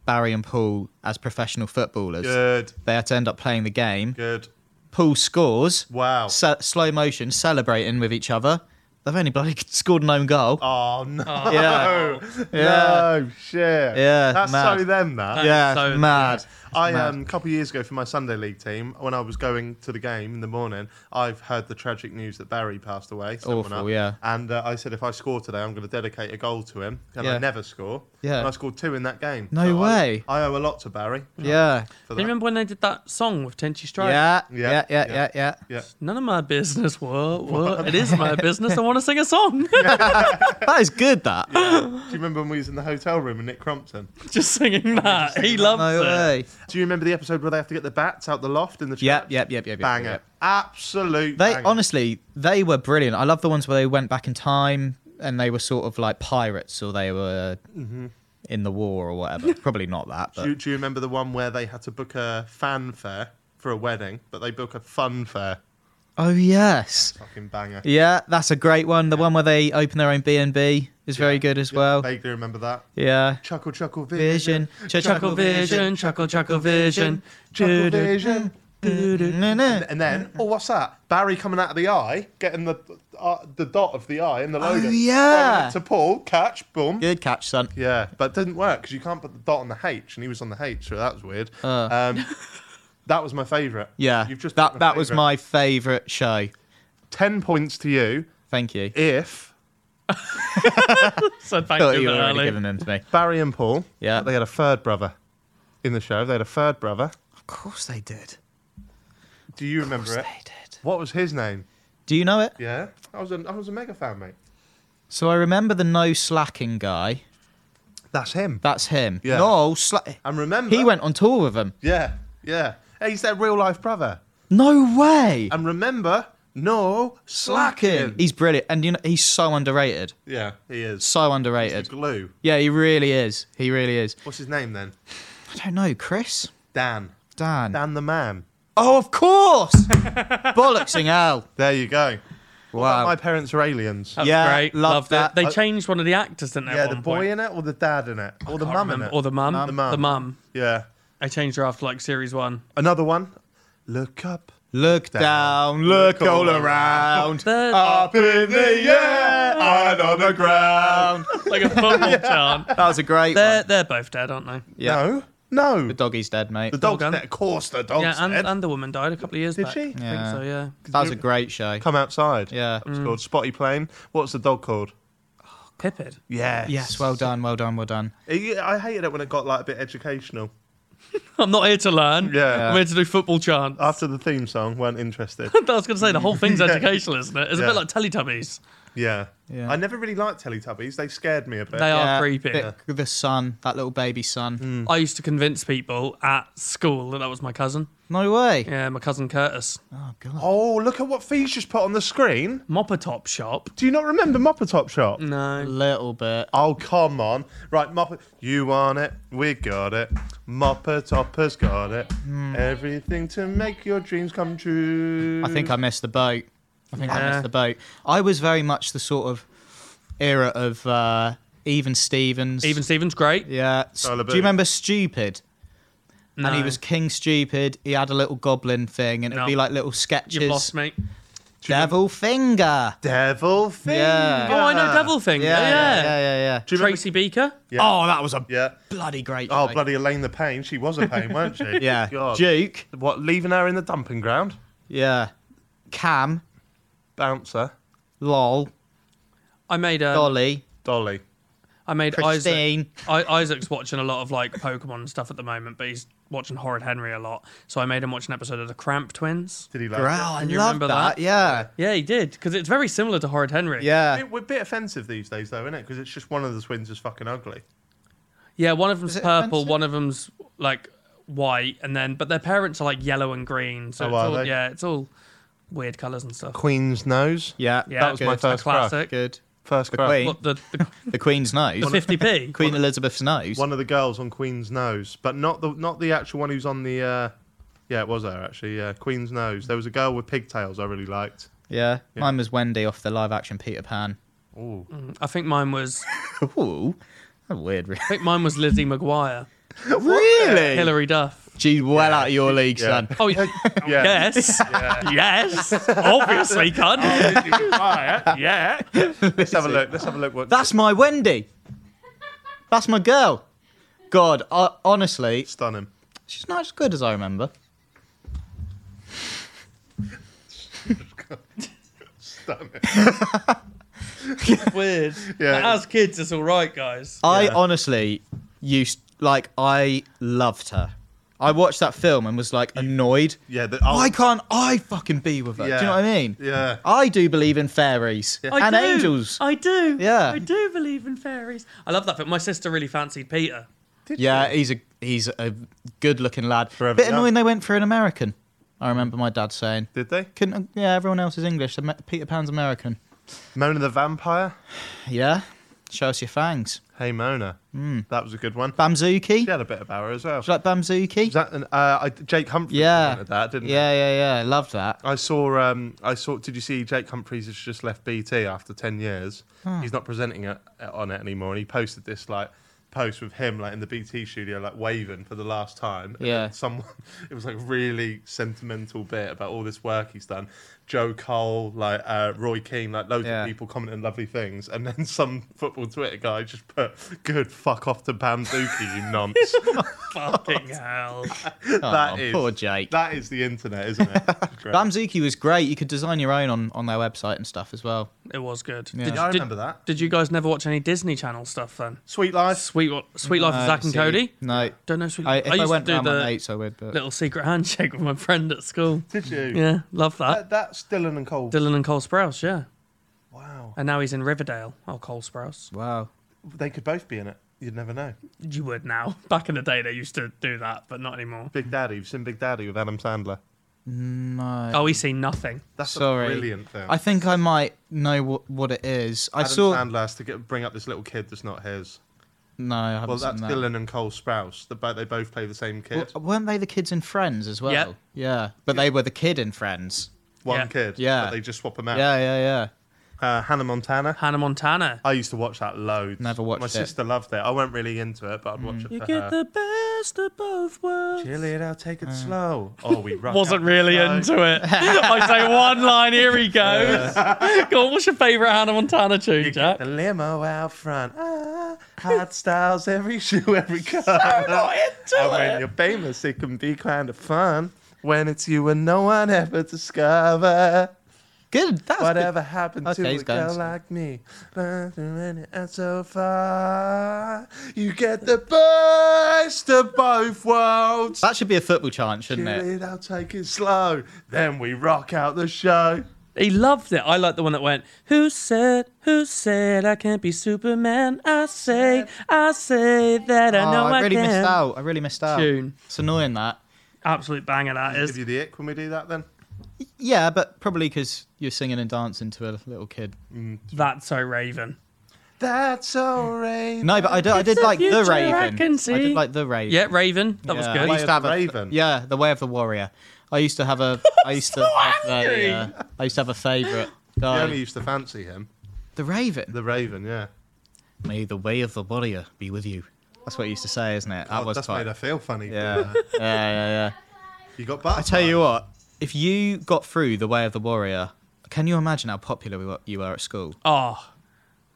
S3: Barry and Paul as professional footballers.
S1: Good,
S3: They had to end up playing the game.
S1: good.
S3: Paul scores.
S1: Wow.
S3: Se- slow motion celebrating with each other. They've only bloody scored an own goal.
S1: Oh no!
S3: Yeah.
S1: No shit.
S3: Yeah,
S1: That's
S3: mad.
S1: so them that.
S3: yeah,
S2: so-
S3: mad.
S1: I
S3: Mad.
S1: um, a couple of years ago for my Sunday league team, when I was going to the game in the morning, I've heard the tragic news that Barry passed away. someone
S3: Awful,
S1: up.
S3: yeah.
S1: And uh, I said if I score today, I'm going to dedicate a goal to him, and I
S3: Yeah.
S1: never score.
S3: Yeah.
S1: And I scored two in that game.
S3: No
S1: I-
S3: way.
S1: I, owe a lot to Barry.
S3: Yeah.
S1: For
S2: Do you
S1: that.
S2: remember when they did that song with Tenchi Strike?
S3: Yeah,
S1: Yeah,
S3: yeah, yeah,
S1: yeah.
S3: yeah, yeah.
S1: Yeah.
S2: None of my business. What? What? it is my business. I want to sing a song.
S3: That is good. That
S1: Do you remember when we was in the hotel room with Nick Crumpton?
S2: Just singing that. He loves
S3: no
S2: it.
S3: way.
S1: Do you remember the episode where they have to get the bats out the loft in the church?
S3: Yep, yep, yep, yep, yep.
S1: Banger.
S3: yep.
S1: Absolute
S3: They
S1: banger.
S3: honestly, they were brilliant. I love the ones where they went back in time and they were sort of like pirates or they were
S1: Mm-hmm.
S3: in the war or whatever. Probably not that,
S1: Do you,
S3: but
S1: do you remember the one where they had to book a fanfare for a wedding, but they book a fun fair?
S3: oh yes,
S1: Fucking banger.
S3: yeah, that's a great one. The one where they open their own B and B is very good as well.
S1: Vaguely remember that.
S3: yeah,
S1: Chuckle, chuckle, vision.
S3: vision,
S2: Chuckle vision, chuckle, chuckle vision.
S1: Chuckle,
S2: Doo-doo,
S1: vision.
S2: doo-doo.
S3: No, no.
S1: And then, oh, what's that? Barry coming out of the eye, getting the uh, the dot of the eye and the logo.
S3: Oh,
S1: Throwing
S3: yeah.
S1: it To Paul, catch, boom. Yeah,
S3: Good catch, son.
S1: but it didn't work because you can't put the dot on the H, and he was on the H, so that was weird. Um, that was my favourite.
S3: Uh. Yeah,
S1: You've just
S3: that
S1: picked
S3: that was
S1: favourite.
S3: my favourite show.
S1: 10 points to you
S3: Thank you.
S1: if
S2: So thank
S3: Thought
S2: you,
S3: you
S2: a bit
S3: were already
S2: early.
S3: giving them to me.
S1: Barry and Paul,
S3: Yeah.
S1: they had a third brother in the show. They had a third brother.
S3: Of course they did.
S1: Do you remember it?
S3: did.
S1: What was his name?
S3: Do you know it?
S1: Yeah, I was a, I was a mega fan, mate.
S3: So I remember the no slacking guy.
S1: That's him.
S3: That's him.
S1: Yeah.
S3: No slack.
S1: And remember,
S3: He went on tour with him.
S1: Yeah, yeah. Hey, he's their real life brother.
S3: No way.
S1: And remember, no slacking.
S3: He's brilliant, and you know he's so underrated.
S1: yeah, he is.
S3: So
S1: The
S3: underrated.
S1: glue.
S3: Yeah, he really is. He really is.
S1: What's his name then?
S3: I don't know, Chris,
S1: Dan.
S3: Dan.
S1: Dan the man.
S3: Oh, of course. Bollocksing hell.
S1: There you go.
S3: Wow.
S1: My parents are aliens.
S2: That's
S3: Yeah,
S2: great.
S3: love
S2: Loved
S3: that.
S2: it. They
S3: I-
S2: changed one of the actors, didn't they?
S1: yeah,
S2: at
S1: the
S2: one
S1: boy
S2: point?
S1: in it or the dad in it or the
S2: Can't
S1: mum in it.
S2: remember. Or the mum.
S1: The mum.
S2: The mum.
S1: yeah.
S2: I changed her after like series one.
S1: Another one. Look up.
S3: Look down, look,
S1: Look
S3: all
S1: all
S3: around.
S2: The-
S3: Up in the air and on the ground.
S2: Like a football chant.
S3: That was a great
S2: They're
S3: one.
S2: they're both dead, aren't they?
S3: Yeah.
S1: No. No.
S3: The doggy's dead, mate.
S1: The dog's
S2: dog.
S1: dead. Of course, the dog's
S2: yeah, and,
S1: dead.
S2: and the woman died a couple of years
S1: Did
S2: back.
S1: she?
S2: I think
S3: Yeah.
S2: so, yeah.
S3: that was a great show.
S1: Come outside.
S3: Yeah.
S1: That was called Spotty Plane. What's the dog called?
S2: Pippet.
S1: Yes.
S3: Yes, well done, well done, well done.
S1: It- I hated it when it got like a bit educational.
S2: I'm not here to learn.
S1: Yeah.
S2: I'm here to do football chant. I
S1: After the theme song, weren't interested.
S2: was going to say the whole thing's educational, isn't it? It's
S1: Yeah.
S2: a bit like Teletubbies.
S1: Yeah.
S3: Yeah.
S1: I never really liked Teletubbies. They scared me a bit.
S2: They
S3: Yeah, Mm.
S2: are creepy.
S3: bit- The son, that little baby son.
S1: Hmm.
S2: I used to convince people at school that that was my cousin.
S3: No way.
S2: Yeah, my cousin Curtis.
S3: Oh god.
S1: Oh, look at what Fee's just put on the screen.
S2: Mopper Top Shop.
S1: Do you not remember Mopper Top Shop?
S3: A
S2: No.
S3: little bit.
S1: Oh, come on. Right, Mopper. You want it. We got it. Mopper Topper's got it. Everything to make your dreams come true.
S3: I think I missed the boat. I think I
S2: Yeah.
S3: missed the boat. I was very much the sort of era of uh, even Stevens.
S2: Even Stevens, great.
S3: Yeah. S-
S1: Tyler
S3: Do
S1: Bate.
S3: you remember Stupid?
S2: No.
S3: And he was King Stupid. He had a little goblin thing, and it'd
S2: No.
S3: be like little
S2: You've
S3: sketches.
S2: lost me.
S3: Devil Finger.
S1: Devil Finger.
S3: Yeah.
S2: Oh, I know Devil Thing.
S3: Yeah,
S2: Yeah.
S3: yeah, yeah, yeah.
S1: Do you remember-
S2: Tracy Beaker.
S1: Yeah.
S3: Oh, that was a
S1: Yeah.
S3: bloody great.
S1: Oh,
S3: show.
S1: bloody Elaine the Pain. She was a pain, weren't she?
S3: Yeah.
S1: God.
S3: Duke.
S1: What, leaving her in the dumping ground?
S3: Yeah. Cam.
S1: Bouncer.
S3: Lol.
S2: I made um,
S3: Dolly.
S1: Dolly.
S2: I made Isaac.
S3: Christine.
S2: I, Isaac's watching a lot of like Pokemon and stuff at the moment, but he's watching Horrid Henry a lot. So I made him watch an episode of the Cramp Twins.
S1: Did he like
S3: Growl.
S1: it?
S3: I
S2: you
S3: love
S2: remember
S3: that.
S2: that?
S3: Yeah.
S2: Yeah, he did because it's very similar to Horrid Henry.
S3: Yeah.
S1: Bit- We're a bit offensive these days, though, isn't it? Because it's just one of the twins is fucking ugly.
S2: yeah. One of them's
S3: it
S2: purple,
S3: offensive?
S2: one of them's like white, and then but their parents are like yellow and green. So
S1: Oh,
S2: it's
S1: are
S2: all,
S1: they?
S2: yeah, it's all weird colours and stuff.
S1: Queen's nose.
S3: Yeah.
S2: Yeah,
S1: that was my
S3: good.
S1: first
S2: a classic.
S3: Good.
S1: First
S3: The
S1: crush.
S3: Queen.
S2: What the the
S3: The Queen's nose.
S2: fifty p?
S3: Queen Elizabeth's nose.
S1: One of the girls on Queen's nose, but not the not the actual one who's on the. Uh, yeah, it was her actually. Yeah, Queen's nose. There was a girl with pigtails I really liked.
S3: Yeah. Mine was Wendy off the live action Peter Pan.
S1: Ooh.
S2: I think mine was I
S3: Ooh. That's weird. re-
S2: think mine was Lizzie McGuire,
S3: really?
S2: Hilary Duff.
S3: She's well out of your league, son.
S2: Oh yeah. yes, yes, obviously, cunt. yeah.
S1: Let's have a look. Let's have a look. What
S3: That's my Wendy. That's my girl. God, I, honestly,
S1: stunning.
S3: She's not as good as I remember.
S2: Weird.
S1: Yeah.
S2: Like, As kids, it's all right, guys.
S3: I
S1: Yeah.
S3: honestly used like I loved her. I watched that film and was like annoyed.
S1: Yeah, the,
S3: Why can't I fucking be with her? Do you know what I mean?
S1: Oh. Yeah.
S3: I do believe in fairies
S2: I
S3: and
S2: do.
S3: angels.
S2: I do.
S3: Yeah.
S2: I do believe in fairies. I love that film. My sister really fancied Peter.
S3: yeah, he's a he's a good-looking lad.
S1: Forever
S3: Bit
S1: young.
S3: annoying they went for an American. I remember my dad saying,
S1: Did they?
S3: "Couldn't yeah, everyone else is English. so Ma- Peter Pan's American."
S1: Mona the Vampire?
S3: Yeah, show us your fangs.
S1: Hey, Mona.
S3: Hmm.
S1: That was a good one.
S3: Bamzuki.
S1: She had a bit about her as well.
S3: Do you like Bamzuki?
S1: Was that an, uh, I, Jake Humphries
S3: yeah.
S1: wanted that, didn't he?
S3: yeah, yeah, yeah. Loved that.
S1: I saw. Um, I saw. Did you see Jake Humphries has just left BT after ten years?
S3: Hmm.
S1: He's not presenting it, uh, on it anymore, and he posted this like post with him like in the BT studio, like waving for the last time. And
S3: Yeah.
S1: then someone. It was like a really sentimental bit about all this work he's done. Joe Cole, like uh, Roy Keane, like loads
S3: Yeah.
S1: of people commenting lovely things, and then some football Twitter guy just put, "Good fuck off to Banduki, you nonce."
S2: Fucking hell.
S1: That
S3: Oh,
S1: is-
S3: poor Jake.
S1: That is the internet, isn't it? It's great.
S3: Bamzuki was great. You could design your own on, on their website and stuff as well.
S2: It was good.
S3: Yeah.
S2: Did,
S1: Yeah, I
S2: did-
S1: remember that.
S2: Did you guys never watch any Disney Channel stuff then?
S1: Sweet life.
S2: Sweet, Sweet Life of Zach and
S3: Uh, See,
S2: Cody.
S3: No,
S2: Don't know. Sweet
S3: I, if I,
S2: used
S3: went
S2: to do
S3: round my
S2: the
S3: mates, I would. But
S2: little secret handshake with my friend at school.
S1: Did you?
S2: Yeah, love
S1: That,
S2: that.
S1: that's Dylan and Cole.
S2: Dylan and Cole Sprouse, yeah.
S1: Wow.
S2: And now he's in Riverdale. Oh, Cole Sprouse.
S3: wow,
S1: They could both be in it. You'd never know.
S2: You would now. Back in the day, they used to do that, but not anymore.
S1: Big Daddy. You've seen Big Daddy with Adam Sandler.
S3: no.
S2: Oh, he's seen nothing.
S1: That's
S3: Sorry.
S1: a brilliant film.
S3: I think I might know what, what it is. I
S1: Adam
S3: saw.
S1: Sandler has to get, bring up this little kid that's not his.
S3: No, I haven't
S1: Well,
S3: seen
S1: that's
S3: that. oh,
S1: Dylan and Cole Sprouse. The, bo- they both play the same kid.
S3: W- weren't they the kids in Friends as well?
S2: Yeah.
S3: Yeah, but they were the kid in Friends.
S1: One
S2: Yeah.
S1: kid.
S3: Yeah.
S1: But they just swap them out.
S3: Yeah, yeah, yeah.
S1: Uh, Hannah Montana.
S2: Hannah Montana.
S1: I used to watch that loads.
S3: Never watched
S1: My
S3: it. Mm.
S1: sister loved it. I weren't really into it, but I'd watch it
S2: You
S1: for
S2: get
S1: her.
S2: the best of both worlds.
S1: Gillian, I'll take it
S3: Uh,
S1: slow. Oh, we rock
S2: Wasn't
S1: out.
S2: really
S1: No.
S2: into it. I say one line, here he goes. Go on, what's your favourite Hannah Montana tune,
S1: You
S2: Jack?
S1: get the limo out front. Ah, hot styles every shoe, every car. and when you're famous, it can be kind of fun. When it's you and no one ever discover
S3: Good. That's good.
S1: whatever happened
S3: Okay,
S1: to a
S3: he's going
S1: girl
S3: slow.
S1: like me. Learn through any and so far, you get the best of both worlds.
S3: That should be a football chant, shouldn't
S1: Chill
S3: it?
S1: it out, take it slow. Then we rock out the show.
S2: He loved it. I like the one that went, Who said, who said I can't be Superman? I say, I say that I
S3: Oh,
S2: know I,
S3: I really
S2: can.
S3: missed out. I really missed out.
S2: Tune.
S3: It's annoying that.
S2: Absolute banger that
S1: Give
S2: is.
S1: you the ick when we do that then?
S3: Yeah, but probably because you're singing and dancing to a little kid.
S2: That's so Raven.
S1: That's alright.
S3: No, but I, do, I did
S2: the
S3: like the
S2: future I
S3: Raven.
S2: can
S3: did
S2: see.
S3: like the Raven.
S2: Yeah, Raven. That was
S3: Yeah.
S2: good.
S3: I used to have a,
S1: Raven.
S3: Yeah, the Way of the Warrior. I used to have a. I used to have a, uh, I used to have a favorite
S1: I
S3: guy.
S1: only used to fancy him.
S3: the Raven.
S1: The Raven, yeah.
S3: May the Way of the Warrior be with you. That's what he used to say, isn't it? That
S1: Oh,
S3: was
S1: that's
S3: quite.
S1: made her feel funny.
S3: yeah, yeah, yeah, yeah.
S1: You got
S3: I
S1: butterflies.
S3: tell you what, if you got through the Way of the Warrior, can you imagine how popular we were- you were at school?
S2: Oh,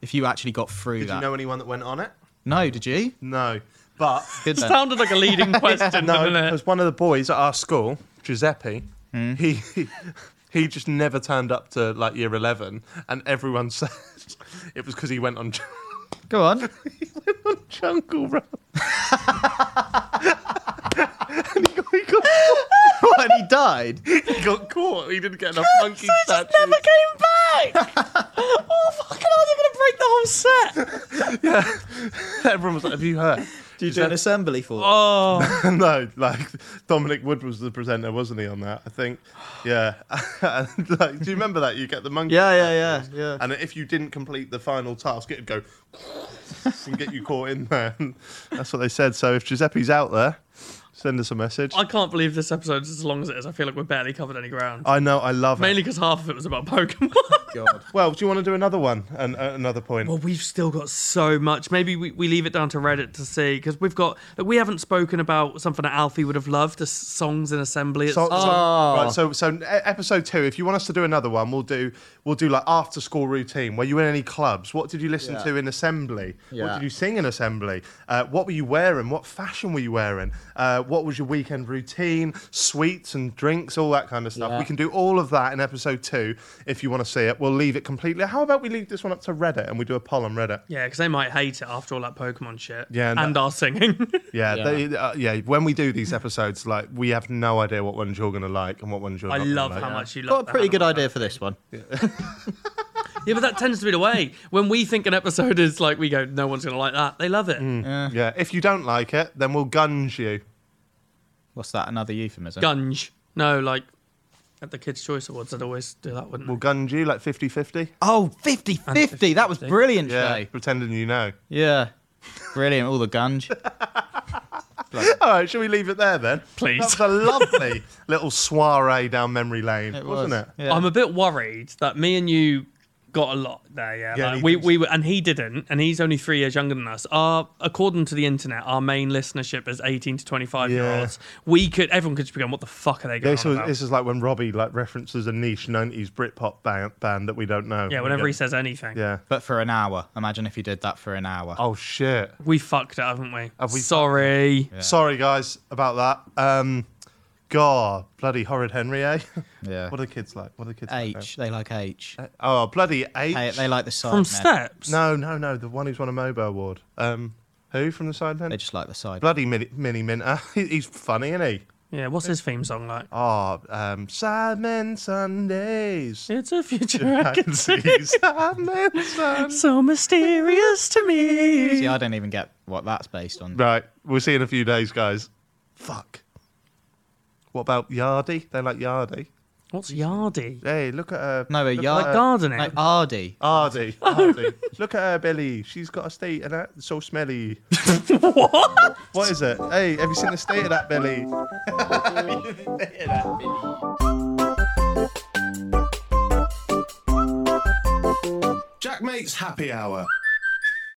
S3: If you actually got through
S1: Did
S3: that.
S1: you know anyone that went on it?
S3: no, did you?
S1: No. But
S3: Good then.
S2: sounded like a leading question,
S1: no,
S2: didn't
S1: it
S2: it?
S1: was one of the boys at our school, Giuseppe. He he just never turned up to like year eleven, and everyone said it was because he went on
S3: Go on.
S1: Jungle Run. and he got, he, got,
S3: what, and he died?
S1: he got caught. He didn't get enough monkey statues.
S2: came back. oh fucking hell! You're gonna break the whole set.
S1: Everyone was like, "Have you heard?"
S3: Do you do an assembly for? Oh,
S2: Oh,
S1: no, like Dominic Wood was the presenter, wasn't he? On that, I think. Yeah. And, like, do you remember that? You get the monkey.
S3: yeah, yeah, yeah, yeah.
S1: And if you didn't complete the final task, it'd go and get you caught in there. And that's what they said. So if Giuseppe's out there, send us a message.
S2: I can't believe this episode is as long as it is. I feel like we barely covered any ground.
S1: I know. I love
S2: Mainly because half of it was about Pokemon.
S1: God. Well, do you want to do another one? An- uh, another point?
S2: Well, we've still got so much. Maybe we, we leave it down to Reddit to see because we've got like, we haven't spoken about something that Alfie would have loved the s- songs in assembly. It's,
S1: So, so-
S3: Oh.
S1: right, so so e- episode two. If you want us to do another one, we'll do we'll do like after school routine. Were you in any clubs? What did you listen
S3: Yeah.
S1: to in assembly? What
S3: Yeah.
S1: did you sing in assembly? Uh, what were you wearing? What fashion were you wearing? Uh, what was your weekend routine? Sweets and drinks, all that kind of stuff.
S3: Yeah.
S1: We can do all of that in episode two if you want to see it. We'll leave it completely. How about we leave this one up to Reddit and we do a poll on Reddit?
S2: yeah, because they might hate it after all that Pokemon shit.
S1: Yeah,
S2: and,
S1: and
S2: our singing.
S1: Yeah,
S3: Yeah.
S1: They, uh, yeah. When we do these episodes, like we have no idea what ones you're gonna like and what ones you're.
S2: I
S1: not gonna
S2: love
S1: like.
S2: how much you love.
S3: Got a
S2: the
S3: pretty good
S2: Hannah
S3: idea for this one.
S2: Montana. Yeah, but that tends to be the way when we think an episode is like we go, no one's gonna like that. They love it.
S1: Yeah, if you don't like it, then we'll gunge you.
S3: What's that? Another euphemism?
S2: Gunge. No, like at the Kids' Choice Awards, I'd always do that, wouldn't
S1: We'll
S2: we?
S1: gunge you like 50 50.
S3: Oh, 50 50. That was brilliant
S1: Yeah,
S3: today.
S1: pretending you know.
S3: Yeah. Brilliant. All the gunge.
S1: All right, shall we leave it there then?
S2: Please.
S1: That was a lovely little soiree down memory lane, wasn't
S3: was,
S1: it?
S3: Yeah.
S2: I'm a bit worried that me and you got a lot there. Yeah,
S1: Yeah,
S2: Like,
S1: he
S2: we
S1: did.
S2: we were, and he didn't, and he's only three years younger than us. Our according to the internet, our main listenership is 18 to 25 year
S1: Yeah.
S2: olds. We could everyone could just be going, what the fuck are they going
S1: This,
S2: on
S1: was,
S2: about?
S1: this is like when Robbie like references a niche 90s Britpop band, band that we don't know.
S2: yeah, whenever
S1: Yeah.
S2: he says anything,
S1: Yeah.
S3: But for an hour. Imagine if you did that for an hour.
S1: Oh, shit.
S2: we fucked it, haven't we?
S1: Have we
S2: Sorry.
S1: Sorry, guys, about that. Um, God, bloody horrid Henry, eh?
S3: Yeah.
S1: What are the kids like? What are the kids
S3: H. They like H.
S1: like? Oh, bloody H.
S3: They, they like the side
S2: From
S3: men.
S2: steps.
S1: No, no, no. The one who's won a MOBA award. Um, who from the side then?
S3: They just like the side.
S1: Bloody mini, mini Minter. He- He's funny, isn't he?
S2: Yeah. What's his theme song like?
S1: Oh, um, Sidemen Sundays.
S2: It's a future I can see.
S1: Sidemen Sundays.
S2: So mysterious to me.
S3: See, I don't even get what that's based on.
S1: Right, we'll see you in a few days, guys. Fuck. What about Yardy? They like Yardy.
S2: What's Yardy?
S1: Hey, look at her.
S3: No, but
S1: look
S3: yard-
S2: Like gardening.
S3: Like Ardy.
S1: Ardy, Ardy. look at her belly. She's got a state and that so smelly.
S2: what?
S1: What is it? Hey, have you seen the state of that belly?
S7: Jack Mate's Happy Hour.